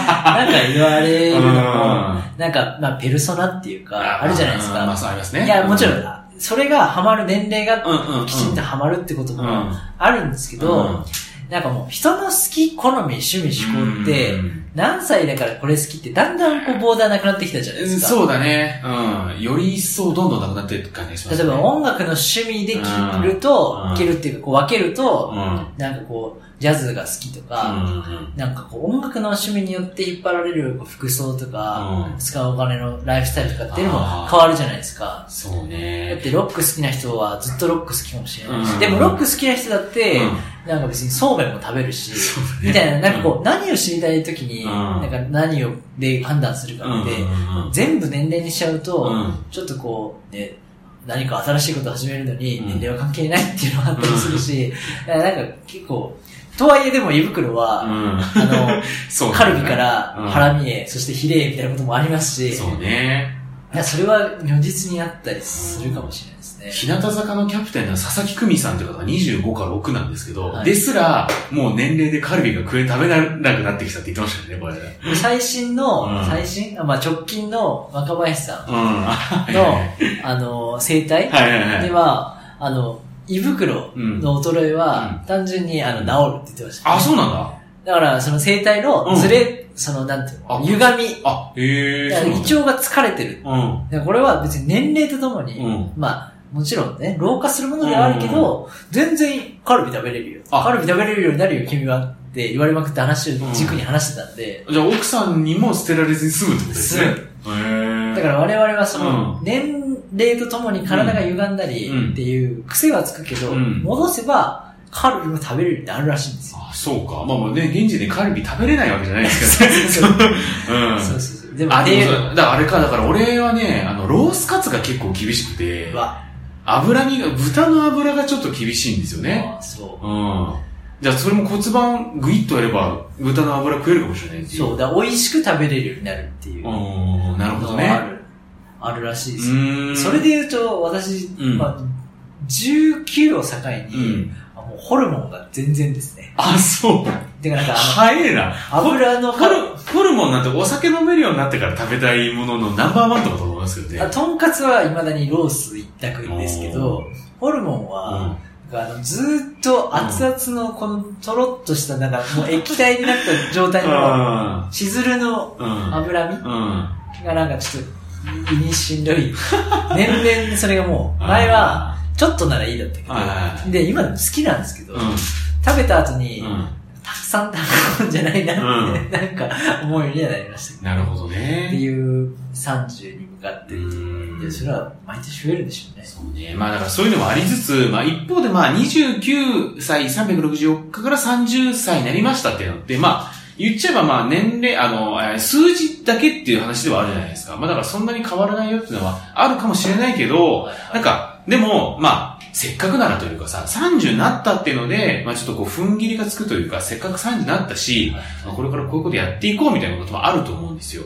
[SPEAKER 2] 言われ
[SPEAKER 3] うん。
[SPEAKER 2] るのも、
[SPEAKER 3] あ
[SPEAKER 2] なんか、まあ、ペルソナっていうか、あるじゃないですか。
[SPEAKER 3] まあ、そうありますね。
[SPEAKER 2] いや、もちろ、
[SPEAKER 3] うん
[SPEAKER 2] それがハマる年齢が
[SPEAKER 3] ん、うん。
[SPEAKER 2] きちんとハマるってこと
[SPEAKER 3] うん、
[SPEAKER 2] もあるんですけど、なんかもう人の好き、好み、趣味、思考って、
[SPEAKER 3] うん
[SPEAKER 2] 何歳だからこれ好きって、だんだんこうボーダーなくなってきたじゃないですか。
[SPEAKER 3] そうだね。うん。より一層どんどんなくなっていく感じがします、
[SPEAKER 2] 例
[SPEAKER 3] ね。
[SPEAKER 2] えば音楽の趣味で切ると、
[SPEAKER 3] うん
[SPEAKER 2] 切るっていうかこう分けると、
[SPEAKER 3] うん。
[SPEAKER 2] なんかこう、ジャズが好きとか、
[SPEAKER 3] うん。
[SPEAKER 2] なんかこう音楽の趣味によって引っ張られるこう服装とか、
[SPEAKER 3] うん
[SPEAKER 2] 使うお金のライフスタイルとかっていうのも変わるじゃないですか。
[SPEAKER 3] そう
[SPEAKER 2] だっ
[SPEAKER 3] ね。
[SPEAKER 2] てロック好きな人はずっとロック好きかもしれないし、
[SPEAKER 3] うん
[SPEAKER 2] でもロック好きな人だって、
[SPEAKER 3] うん
[SPEAKER 2] なんか別にそうめんも食べるし、
[SPEAKER 3] そうだね
[SPEAKER 2] みたいな、なんかこう、何を知りたい時に、
[SPEAKER 3] うん
[SPEAKER 2] なんか何をで判断する
[SPEAKER 3] うん
[SPEAKER 2] かって、
[SPEAKER 3] うん
[SPEAKER 2] 全部年齢にしちゃうと、
[SPEAKER 3] うん
[SPEAKER 2] ちょっとこう、ね、何か新しいことを始めるのに
[SPEAKER 3] うん、
[SPEAKER 2] 年齢は関係ないっていうのがあったりするし、だからなんか結構、とはいえでも胃袋は、
[SPEAKER 3] うん。
[SPEAKER 2] あの、
[SPEAKER 3] そう
[SPEAKER 2] カ
[SPEAKER 3] だね
[SPEAKER 2] ルビから
[SPEAKER 3] うん
[SPEAKER 2] ハラミへ、そしてヒレへみたいなこともありますし、
[SPEAKER 3] そうね。
[SPEAKER 2] いやそれは如実にあったりするかもしれないですね。
[SPEAKER 3] 日向坂のキャプテンの佐々木久美さんという方が25から6なんですけど、
[SPEAKER 2] はい
[SPEAKER 3] ですら、もう年齢でカルビが食え、食べられなくなってきたって言ってましたよね、これ。うん。
[SPEAKER 2] 最新の、
[SPEAKER 3] うん
[SPEAKER 2] 最新あまあ直近の若林さ
[SPEAKER 3] あ
[SPEAKER 2] んの、あの、生態
[SPEAKER 3] はいはいはい
[SPEAKER 2] では、あの、胃袋の衰えは、単純にあの治るって言ってました、
[SPEAKER 3] あ、そうなんだ。
[SPEAKER 2] だから、その生態のずれ、その、なんていう
[SPEAKER 3] あ
[SPEAKER 2] の、歪み。
[SPEAKER 3] あ、へえ
[SPEAKER 2] だから胃
[SPEAKER 3] ー。
[SPEAKER 2] 腸が疲れてる。
[SPEAKER 3] そうなんだ。
[SPEAKER 2] だからこれは別に年齢とともに、
[SPEAKER 3] うん
[SPEAKER 2] まあ、もちろんね、老化するものではあるけど、全然カルビ食べれるよ。
[SPEAKER 3] あ
[SPEAKER 2] カルビ食べれるようになるよ、君は。って言われまくって話を軸に話してたんで、
[SPEAKER 3] うん。じゃあ奥さんにも捨てられずに済むってことですね。へえ。
[SPEAKER 2] だから我々はその
[SPEAKER 3] う、
[SPEAKER 2] 年齢とともに体が歪んだり
[SPEAKER 3] うん
[SPEAKER 2] っていう癖はつくけど、
[SPEAKER 3] うん
[SPEAKER 2] 戻せばカルビも食べれるようになるらしいん ですよ。
[SPEAKER 3] あ、そうか。まあまあね、現地でカルビ食べれないわけじゃないですからね。うん。
[SPEAKER 2] そうそうそう。でも、
[SPEAKER 3] あ、でもそう
[SPEAKER 2] で
[SPEAKER 3] だ。だからあれか、だから俺はね、あの、ロースカツが結構厳しくて、
[SPEAKER 2] は、
[SPEAKER 3] 脂身が、豚の脂がちょっと厳しいんですよね。
[SPEAKER 2] まあそ
[SPEAKER 3] うん。じゃあそれも骨盤グイッとやれば、豚の脂食えるかもしれないっ
[SPEAKER 2] う。
[SPEAKER 3] ていう。
[SPEAKER 2] そう、だから美味しく食べれるようになるっていう
[SPEAKER 3] う
[SPEAKER 2] の
[SPEAKER 3] ん。なるほど
[SPEAKER 2] があ
[SPEAKER 3] ね。
[SPEAKER 2] る、あるらしいうですよ。
[SPEAKER 3] ーん。
[SPEAKER 2] それで言うと、私、
[SPEAKER 3] うん
[SPEAKER 2] まあ、19を境
[SPEAKER 3] う
[SPEAKER 2] に、
[SPEAKER 3] ん。
[SPEAKER 2] あもうホルモンが全然ですね。
[SPEAKER 3] あ、そう。
[SPEAKER 2] てかなんか、あ
[SPEAKER 3] 早えな。
[SPEAKER 2] の油の
[SPEAKER 3] ホル、ホルモンなんてお酒飲めるようになってから食べたいもののナンバーワンとかと思いますけど
[SPEAKER 2] あ
[SPEAKER 3] ね。
[SPEAKER 2] とんかつは未だにロース一択ですけど、ホルモン
[SPEAKER 3] う
[SPEAKER 2] は、
[SPEAKER 3] ん。
[SPEAKER 2] あのずーっと熱々のこのとろっとしたなんかもう液体になった状態の
[SPEAKER 3] あ
[SPEAKER 2] しずるの
[SPEAKER 3] ーうん。
[SPEAKER 2] 脂身
[SPEAKER 3] うん。
[SPEAKER 2] がなんかちょっと胃にしんど い。年々それがもう、前はちょっとならいいだった
[SPEAKER 3] はいはい
[SPEAKER 2] け
[SPEAKER 3] は
[SPEAKER 2] ど、で、今でも好きなんですけど、
[SPEAKER 3] うん。
[SPEAKER 2] 食べた後に
[SPEAKER 3] うん。
[SPEAKER 2] たくさん食べるんじゃないなって、なんか思うようにはなりました。
[SPEAKER 3] なるほど
[SPEAKER 2] って
[SPEAKER 3] ね。
[SPEAKER 2] いう30に向かって
[SPEAKER 3] う
[SPEAKER 2] る。
[SPEAKER 3] ん
[SPEAKER 2] いや、それは毎年増えるんでしょうね。
[SPEAKER 3] そうね。まあだからそういうのもありつつ、まあ一方でまあ29歳364日から30歳になりましたっていうのって、まあ言っちゃえばまあ年齢、あの、えー数字だけっていう話ではあるじゃないですか。まあだからそんなに変わらないよっていうのはあるかもしれないけど、なんか、でも、まあ、せっかくならというかさ、30になったっていうので、まあちょっとこう、踏ん切りがつくというか、せっかく30になったし、まあこれからこういうことやっていこうみたいなこともあると思うんですよ。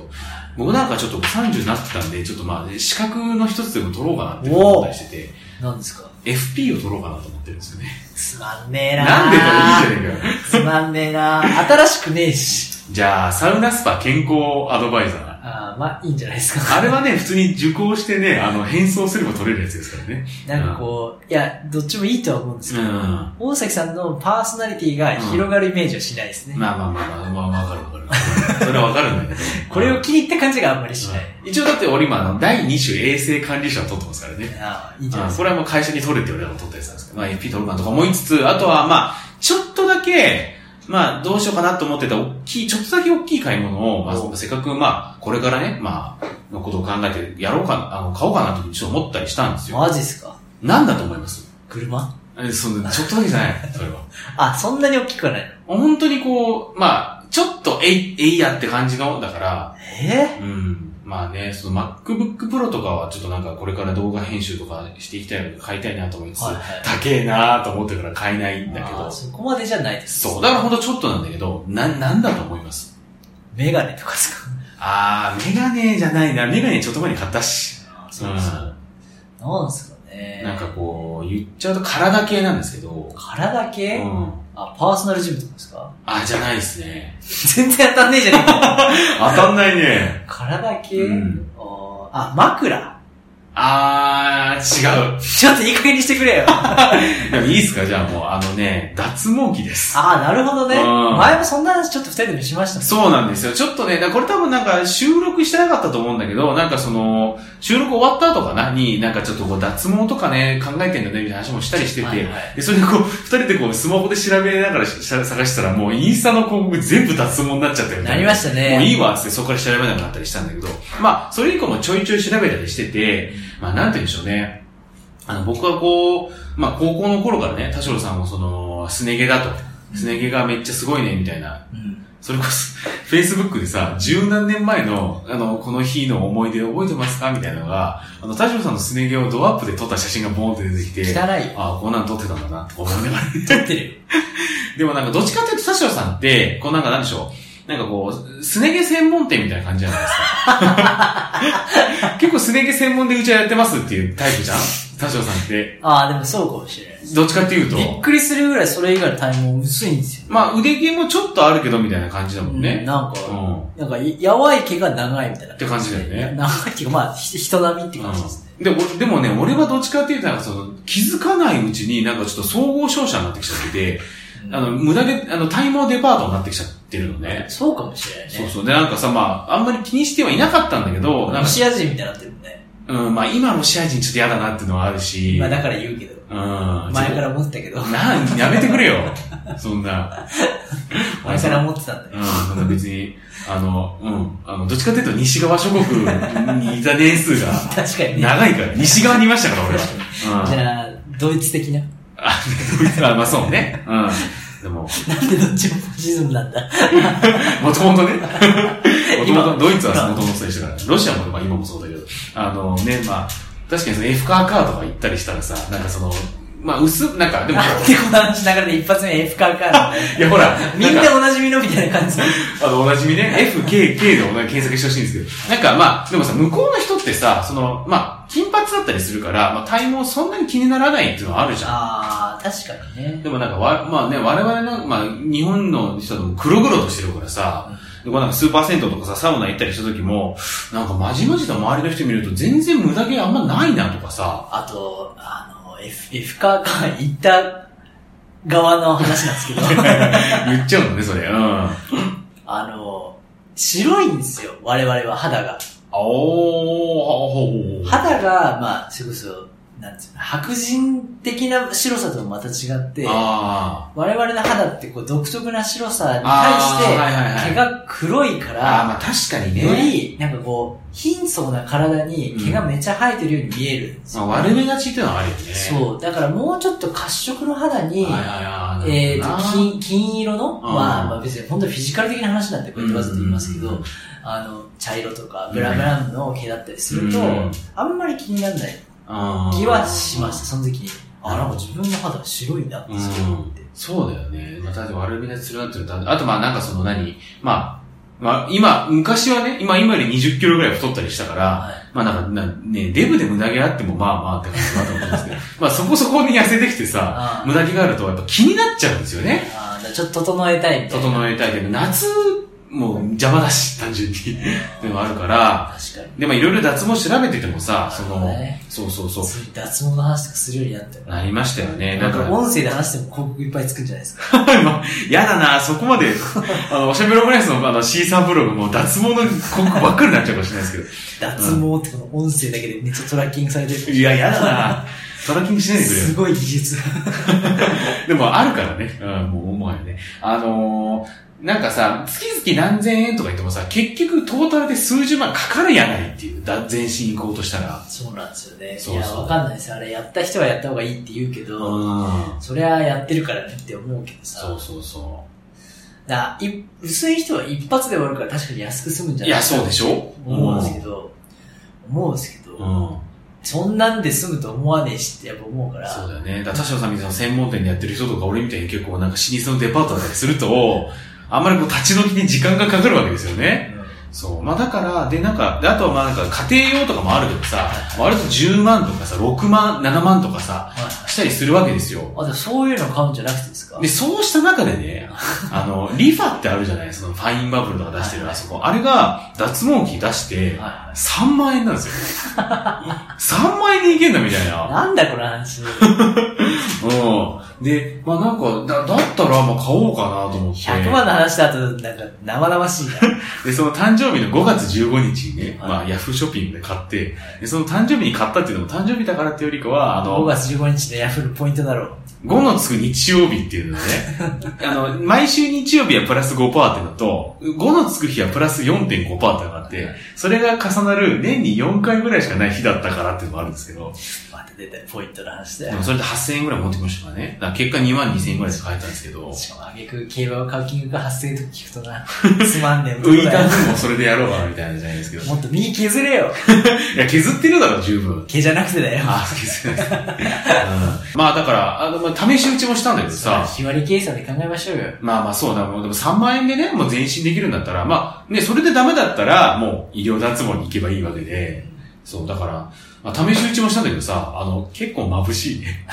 [SPEAKER 3] 僕なんかちょっと30になってたんで、ちょっとまあ、資格の一つでも取ろうかなって思ったりしてて、
[SPEAKER 2] なんですか
[SPEAKER 3] FP を取ろうかなと思ってるんですよね。
[SPEAKER 2] つまんねえなー
[SPEAKER 3] なんでだよ、いいじゃねえかよ。
[SPEAKER 2] つまんねえな新しくねえし。
[SPEAKER 3] じゃあ、サウナスパ健康アドバイザー。
[SPEAKER 2] あーまあ、いいんじゃないですか。
[SPEAKER 3] あれはね、普通に受講してね、あの、変装すれば取れるやつですからね。
[SPEAKER 2] なんかこう、いや、どっちもいいとは思うんです
[SPEAKER 3] う
[SPEAKER 2] けど、
[SPEAKER 3] ん。
[SPEAKER 2] 大崎さんのパーソナリティが広がるイメージはしないですね。。
[SPEAKER 3] まあまあまあまあ、まあ、わかるわかる。 それはわかるんだけど
[SPEAKER 2] これを気に入った感じがあんまりしない。
[SPEAKER 3] うん一応だって俺今、第2種衛生管理者を取ってますからね。
[SPEAKER 2] ああ、いいんじゃない
[SPEAKER 3] うん
[SPEAKER 2] です
[SPEAKER 3] これはもう会社に取れって俺らが取ったやつなんですけど、まあ FP 取るかなとか思いつつ、あとはまあ、ちょっとだけ、まあ、どうしようかなと思ってた大きい、ちょっとだけ大きい買い物を、ま
[SPEAKER 2] お
[SPEAKER 3] あ、せっかくまあ、これからね、まあ、のことを考えて、やろうかな、あの、買おうかなとちょっと思ったりしたんです
[SPEAKER 2] か。
[SPEAKER 3] よ。
[SPEAKER 2] マジっすか
[SPEAKER 3] なんだと思います
[SPEAKER 2] 車
[SPEAKER 3] え、その、ちょっとだけじゃない、 それは。
[SPEAKER 2] あ、そんなに大きくはないの
[SPEAKER 3] 本当にこう、まあ、ちょっと、えい、えいやって感じが、だから、
[SPEAKER 2] え
[SPEAKER 3] うん。まあね、その MacBook Pro とかはちょっとなんかこれから動画編集とかしていきたいので買いたいなと思いつつ、
[SPEAKER 2] はいはい
[SPEAKER 3] 高えなと思ってから買えないんだけ
[SPEAKER 2] あ
[SPEAKER 3] ど
[SPEAKER 2] あ、、そこまでじゃないです。
[SPEAKER 3] そう。だからほんとちょっとなんだけど、な、なんだと思います
[SPEAKER 2] メガネとかですか
[SPEAKER 3] あー、メガネじゃないな。メガネちょっと前に買ったし。
[SPEAKER 2] そうですか。なんすかね
[SPEAKER 3] ん。なんかこう、言っちゃうと体系なんですけど、
[SPEAKER 2] 体
[SPEAKER 3] う
[SPEAKER 2] 系、
[SPEAKER 3] ん。
[SPEAKER 2] あ、パーソナルジムとかですか
[SPEAKER 3] あ、じゃないですね。
[SPEAKER 2] 全然当たんねえじゃねえか。
[SPEAKER 3] 当たんないね。
[SPEAKER 2] 体系、
[SPEAKER 3] うん
[SPEAKER 2] あーあ、枕
[SPEAKER 3] あー、違う。
[SPEAKER 2] ちょっといい加減にしてくれよ。あ
[SPEAKER 3] でもいいっすかじゃあもう、あのね、脱毛器です。
[SPEAKER 2] あ、なるほどね。
[SPEAKER 3] うん
[SPEAKER 2] 前もそんな話ちょっと二人でもしましたもん
[SPEAKER 3] そうなんですよ。ちょっとね、だからこれ多分なんか収録してなかったと思うんだけど、なんかその、収録終わった後かなに、なんかちょっとこう脱毛とかね、考えてんだね、みたいな話もしたりしてて、
[SPEAKER 2] はいはい
[SPEAKER 3] で、それでこう、二人でこう、スマホで調べながらし探してたら、もうインスタの広告全部脱毛になっちゃったよね。
[SPEAKER 2] なりましたね。
[SPEAKER 3] もういいわっつって、そこから調べなくなったりしたんだけど、まあ、それ以降もちょいちょい調べたりしてて、まあ、なんて言うんでしょうね。あの、僕はこう、まあ、高校の頃からね、田代さんもその、すね毛だと。すね毛がめっちゃすごいね、みたいな。
[SPEAKER 2] うん
[SPEAKER 3] それこそ、Facebook でさ、十何年前の、あの、この日の思い出覚えてますかみたいなのが、あの、田代さんのすね毛をドアップで撮った写真がボーンって出てきて、
[SPEAKER 2] 汚いよ。
[SPEAKER 3] ああ、こんなの撮ってたんだな、とか思いながら
[SPEAKER 2] 撮ってるよ。
[SPEAKER 3] でもなんかどっちかっていうと田代さんって、こうなんかなんでしょう。なんかこう、すね毛専門店みたいな感じじゃないですか。 結構すね毛専門でうちはやってますっていうタイプじゃん田代さんって。
[SPEAKER 2] ああ、でもそうかもしれない。
[SPEAKER 3] どっちかっていうと。
[SPEAKER 2] びっくりするぐらいそれ以外の体毛薄いんですよ。
[SPEAKER 3] まあ腕毛もちょっとあるけどみたいな感じだもん
[SPEAKER 2] うん
[SPEAKER 3] ね。
[SPEAKER 2] なん
[SPEAKER 3] う
[SPEAKER 2] か、
[SPEAKER 3] ん。
[SPEAKER 2] なんかい、やばい毛が長いみたいな。
[SPEAKER 3] って感じだよね
[SPEAKER 2] 長い毛が、まあ、ひ人並みって感じですね。
[SPEAKER 3] でおでもね、俺はどっちかっていうとなんかその、気づかないうちになんかちょっと総合商社になってきちゃってて、あの、無駄毛、あの、体毛デパートになってきちゃってるのね。
[SPEAKER 2] そうかもしれないね。
[SPEAKER 3] そうそう。で、なんかさ、まあ、あんまり気にしてはいなかったんだけど、なん
[SPEAKER 2] ロ
[SPEAKER 3] か
[SPEAKER 2] シア人みたいになってるもんね。
[SPEAKER 3] うん、まあ今の試合人ちょっと嫌だなっていうのはあるし。
[SPEAKER 2] まあ、だから言うけど。
[SPEAKER 3] うん。
[SPEAKER 2] 前から思ってたけど。
[SPEAKER 3] な、やめてくれよ。 そんな。
[SPEAKER 2] 前から思ってたんだよ。
[SPEAKER 3] うん、そんな別に、あの、うん、あの、どっちかというと西側諸国にいた年数が
[SPEAKER 2] 確かにね。
[SPEAKER 3] 長いから、西側にいましたから、俺
[SPEAKER 2] じ
[SPEAKER 3] は。うん。
[SPEAKER 2] ゃあ、ドイツ的な。
[SPEAKER 3] あ、ドイツはまあ そうね。うん。でも、
[SPEAKER 2] なんでどっちもファシズムなんだ。
[SPEAKER 3] もともとね。もと
[SPEAKER 2] 今
[SPEAKER 3] もと、ドイツはもともとそうでしたから、ロシアも、まあ、今もそうだけど、あのね、まあ、確かにその F カーカーとか行ったりしたらさ、なんかその、まあ薄、なんか、でも、
[SPEAKER 2] なんでこの話流れで一発目 F カーカーなんだよ
[SPEAKER 3] いやほら、
[SPEAKER 2] みんな
[SPEAKER 3] な
[SPEAKER 2] ん
[SPEAKER 3] か
[SPEAKER 2] おなじみのみたいな感じ。
[SPEAKER 3] あの、おなじみね、F、K、K でおな検索してほしいんですけど、なんかまあ、でもさ、向こうの人ってさ、その、まあ、金髪だったりするから、まあ、体毛そんなに気にならないっていうのはあるじゃん。
[SPEAKER 2] あー、確かにね。
[SPEAKER 3] でもなんかわ、まあね、我々の、まあ、日本の人でも黒々としてるからさ、でこうなんかスーパー銭湯とかさ、サウナ行ったりした時も、なんかまじまじと周りの人見ると全然無駄毛あんまないなとかさ、
[SPEAKER 2] あと、あの、F, F カーカー行った側の話なんですけど、
[SPEAKER 3] 言っちゃうのね、それ。うん。
[SPEAKER 2] あの、白いんですよ、我々は肌が。
[SPEAKER 3] おー、
[SPEAKER 2] 肌が、まあ、それこそ、なんていうの、白人的な白さとはまた違って、
[SPEAKER 3] あ
[SPEAKER 2] 我々の肌ってこう独特な白さに
[SPEAKER 3] あーはいはい
[SPEAKER 2] 対して、
[SPEAKER 3] はい
[SPEAKER 2] 毛が黒いか
[SPEAKER 3] ーあー、
[SPEAKER 2] ら、
[SPEAKER 3] まあ確かにね。
[SPEAKER 2] より、なんかこう、貧相な体に毛がめちゃ生えてるように見えるんです
[SPEAKER 3] ま
[SPEAKER 2] よ。
[SPEAKER 3] あ、悪目立ちっていうのはあるよね。
[SPEAKER 2] そう。だからもうちょっと褐色の肌に、
[SPEAKER 3] はいはいはい。
[SPEAKER 2] えー、
[SPEAKER 3] なる
[SPEAKER 2] と
[SPEAKER 3] ほどな
[SPEAKER 2] 金金色の、
[SPEAKER 3] ん
[SPEAKER 2] まあ、まあ別に本当にフィジカル的な話なんてこうやってわざと言いますけど、
[SPEAKER 3] うんうんうん
[SPEAKER 2] あの茶色とかブラブラの毛だったりすると、
[SPEAKER 3] うん
[SPEAKER 2] あんまり気にならない
[SPEAKER 3] あー
[SPEAKER 2] 気はしましたその時にあなんか自分の肌が白いなってすごい思って、
[SPEAKER 3] そうだよね。まあ、だって悪目立ちするなってると、あとまあなんかその何、まあ、まあ今、昔はね、今今より20キロぐらい太ったりしたから、
[SPEAKER 2] はい
[SPEAKER 3] まあなんかな、ね、デブで無駄毛あってもまあまあって感じだと思うんですけ ど、まあそこそこに痩せてきて
[SPEAKER 2] あ
[SPEAKER 3] さ、
[SPEAKER 2] ー
[SPEAKER 3] 無駄毛があるとやっぱ気になっちゃうんですよね。
[SPEAKER 2] あーだからちょっと整えたいみたいな
[SPEAKER 3] 整えたいけど、夏、もう邪魔だし、単純に。でもあるから、
[SPEAKER 2] 確かに。
[SPEAKER 3] でもいろいろ脱毛調べててもさ、その、
[SPEAKER 2] ね
[SPEAKER 3] そうそうそう、
[SPEAKER 2] そういう脱毛の話とかするようになったよ
[SPEAKER 3] なりましたよね。
[SPEAKER 2] な
[SPEAKER 3] だ
[SPEAKER 2] ん
[SPEAKER 3] か、
[SPEAKER 2] から音声で話しても広告いっぱいつくんじゃないですか。
[SPEAKER 3] やだな、そこまで、あの、おしゃべりオムライスのあの C さんブログも脱毛の広告ばっかりになっちゃうかもしれないです
[SPEAKER 2] 脱毛ってこの音声だけでめっちゃトラッキングされて
[SPEAKER 3] け
[SPEAKER 2] る。
[SPEAKER 3] ど。いや、やだな。トラッキングしないでくれよ
[SPEAKER 2] す。ごい技術。
[SPEAKER 3] でもあるからね。うん、もう思わよね。あのー、なんかさ、月々何千円とか言ってもさ、結局トータルで数十万かかるやないっていう、だ全身行こうとしたら。
[SPEAKER 2] そうなんですよね。
[SPEAKER 3] そうそう
[SPEAKER 2] いや、わかんないです。あれ、やった人はやった方がいいって言うけど、
[SPEAKER 3] ん。
[SPEAKER 2] そりゃやってるからねって思うけどさ。
[SPEAKER 3] そうそうそ
[SPEAKER 2] だからい薄い人は一発で終わるから確かに安く済むん
[SPEAKER 3] う。
[SPEAKER 2] じゃ
[SPEAKER 3] い
[SPEAKER 2] ない
[SPEAKER 3] や、そうでしょ
[SPEAKER 2] 思うんですけど、思うんですけど、
[SPEAKER 3] うん。
[SPEAKER 2] そんなんで済むと思わねえしってやっぱ思うから、
[SPEAKER 3] そうだよね。だから田代さんみたいな専門店でやってる人とか、俺みたいに結構なんか老舗のデパートだったりすると、あんまりこう立ち退きに時間がかかるわけですよね。そう。まあだから、で、なんか、であとはまあなんか家庭用とかもあるけどさ、割と10万とかさ、6万、7万とかさ、
[SPEAKER 2] はいはい
[SPEAKER 3] したりするわけですよ。
[SPEAKER 2] あ、でもそういうの買うんじゃなくてですか
[SPEAKER 3] で、そうした中で ね、あの、リファってあるじゃないそのファインバブルとか出してるあそこ。あれが脱毛器出して、
[SPEAKER 2] は
[SPEAKER 3] 3万円なんですよ。3万円でいけんだみたい
[SPEAKER 2] いはい、
[SPEAKER 3] な。
[SPEAKER 2] なんだこの話。
[SPEAKER 3] うん。で、まあなんか、だだったらまあ買おうかなと思って。
[SPEAKER 2] 100万の話だとなんか生々しい
[SPEAKER 3] で、その誕生日の5月15日にね、
[SPEAKER 2] はい
[SPEAKER 3] まあヤフーショッピングで買って、で、その誕生日に買ったっていうのも誕生日だからっていうよりかは、あ
[SPEAKER 2] な。5月
[SPEAKER 3] の、
[SPEAKER 2] 15日のヤフーのポイントだろう。
[SPEAKER 3] 5のつく日曜日っていうのね、 あの、毎週日曜日はプラス5%っていうのと、5のつく日はプラス4.5%っていうのがあって、それが重なる年に4回ぐらいしかない日だったからっていうのもあるんですけど、
[SPEAKER 2] また出たよポイントの話だ
[SPEAKER 3] で
[SPEAKER 2] よ
[SPEAKER 3] も。それで8000円ぐらい持ってきましたからね。だから結果2万2000円ぐらいで買えたんですけど、
[SPEAKER 2] しかも、あげく、競馬を買う金額が8000円とか聞くと な、つまんねえ
[SPEAKER 3] 浮い
[SPEAKER 2] だ
[SPEAKER 3] た
[SPEAKER 2] よ。
[SPEAKER 3] 分もそれでやろうかなみたいなじゃないですけど、い
[SPEAKER 2] もっと身削れよ。
[SPEAKER 3] や、削ってるだろ、十分。
[SPEAKER 2] 毛じゃなくてだよ。
[SPEAKER 3] あ、好きです ね。うんまあだから、あの、まあ、試し打ちもしたんだけどさ、
[SPEAKER 2] 日割り計算で考えましょうよ。
[SPEAKER 3] まあまあそうだ、もうでも3万円でね、もう前進できるんだったら、まあね、それでダメだったら、もう医療脱毛に行けばいいわけで、そう、だから、まあ、試し打ちもしたんだけどさ、あの、結構眩し いね。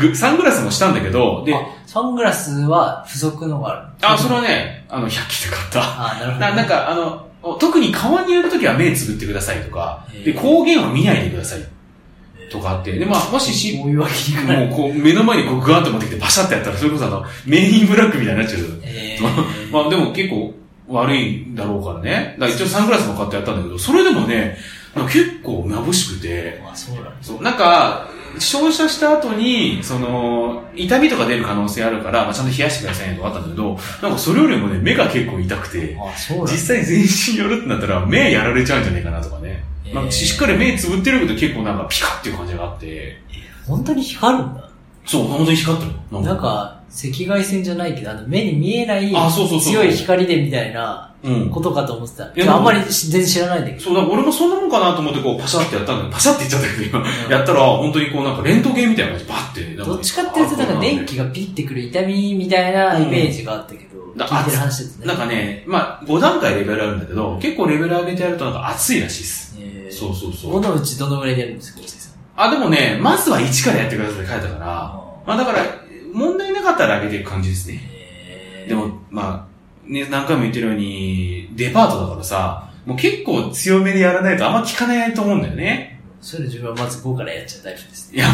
[SPEAKER 3] ぐサングラスもしたんだけど、で、
[SPEAKER 2] あサングラスは付属のがある。
[SPEAKER 3] あ、それはね、あの、100均で買った。
[SPEAKER 2] あなるほど、
[SPEAKER 3] な
[SPEAKER 2] ね。
[SPEAKER 3] なんか、あの、特に川にやるときは目つぶってくださいとか、
[SPEAKER 2] へー
[SPEAKER 3] で、光源は見ないでくださいとかあって、で、まあ、もしし
[SPEAKER 2] こういうわけにいかない。
[SPEAKER 3] もうこう、目の前にこう、グワンと持ってきて、バシャってやったら、それこそあの、メインブラックみたいになっちゃう。
[SPEAKER 2] え
[SPEAKER 3] まあでも結構悪いんだろうからね。だから一応サングラスも買ってやったんだけど、それでもね、なんか結構眩しくて、
[SPEAKER 2] まあ、そうなんだ。
[SPEAKER 3] そう、なんか、照射した後に、その、痛みとか出る可能性あるから、まあちゃんと冷やしてくださいねとかあったんだけど、なんかそれよりもね、目が結構痛くて、
[SPEAKER 2] あそうなんだ。
[SPEAKER 3] 実際全身寄るってなったら、目やられちゃうんじゃないかなとかね。なんかしっかり目つぶってるけど結構なんかピカっていう感じがあって、
[SPEAKER 2] 本当に光るんだ。
[SPEAKER 3] そう、本当に光ってる。
[SPEAKER 2] なん、か、赤外線じゃないけど、あの、目に見えない
[SPEAKER 3] あそうそうそう
[SPEAKER 2] 強い光でみたいな
[SPEAKER 3] うん。
[SPEAKER 2] ことかと思ってた。
[SPEAKER 3] い
[SPEAKER 2] で
[SPEAKER 3] や
[SPEAKER 2] もあんまりし全然知らないんだけど。
[SPEAKER 3] そう、だから俺もそんなもんかなと思ってこう、パシャってやったんだけど、パシャって言っちゃったけど、今、やったら、本当にこう、なんか、レントゲンみたいな感じで、バッて、なんかね
[SPEAKER 2] どっちかっていうと、なんか電気がピッてくる痛みみたいなイメージがあったけど、
[SPEAKER 3] だ
[SPEAKER 2] 聞いてる話ですね。
[SPEAKER 3] なんかね、まあ、5段階レベルあるんだけど、結構レベル上げてやるとなんか熱いらしいです。
[SPEAKER 2] えー、
[SPEAKER 3] そうそうそ
[SPEAKER 2] 5
[SPEAKER 3] う。
[SPEAKER 2] のうちどのぐらいでやるんですか、大瀬さん。
[SPEAKER 3] あ、でもね、まずは1からやってくださいって書いたから、まあだから、問題なかったら上げていく感じですね。
[SPEAKER 2] えー
[SPEAKER 3] でも、まあ、ね、何回も言ってるように、デパートだからさ、もう結構強めでやらないとあんま効かないと思うんだよね。
[SPEAKER 2] それで自分はまず5からやっちゃうタイプですね。
[SPEAKER 3] いや、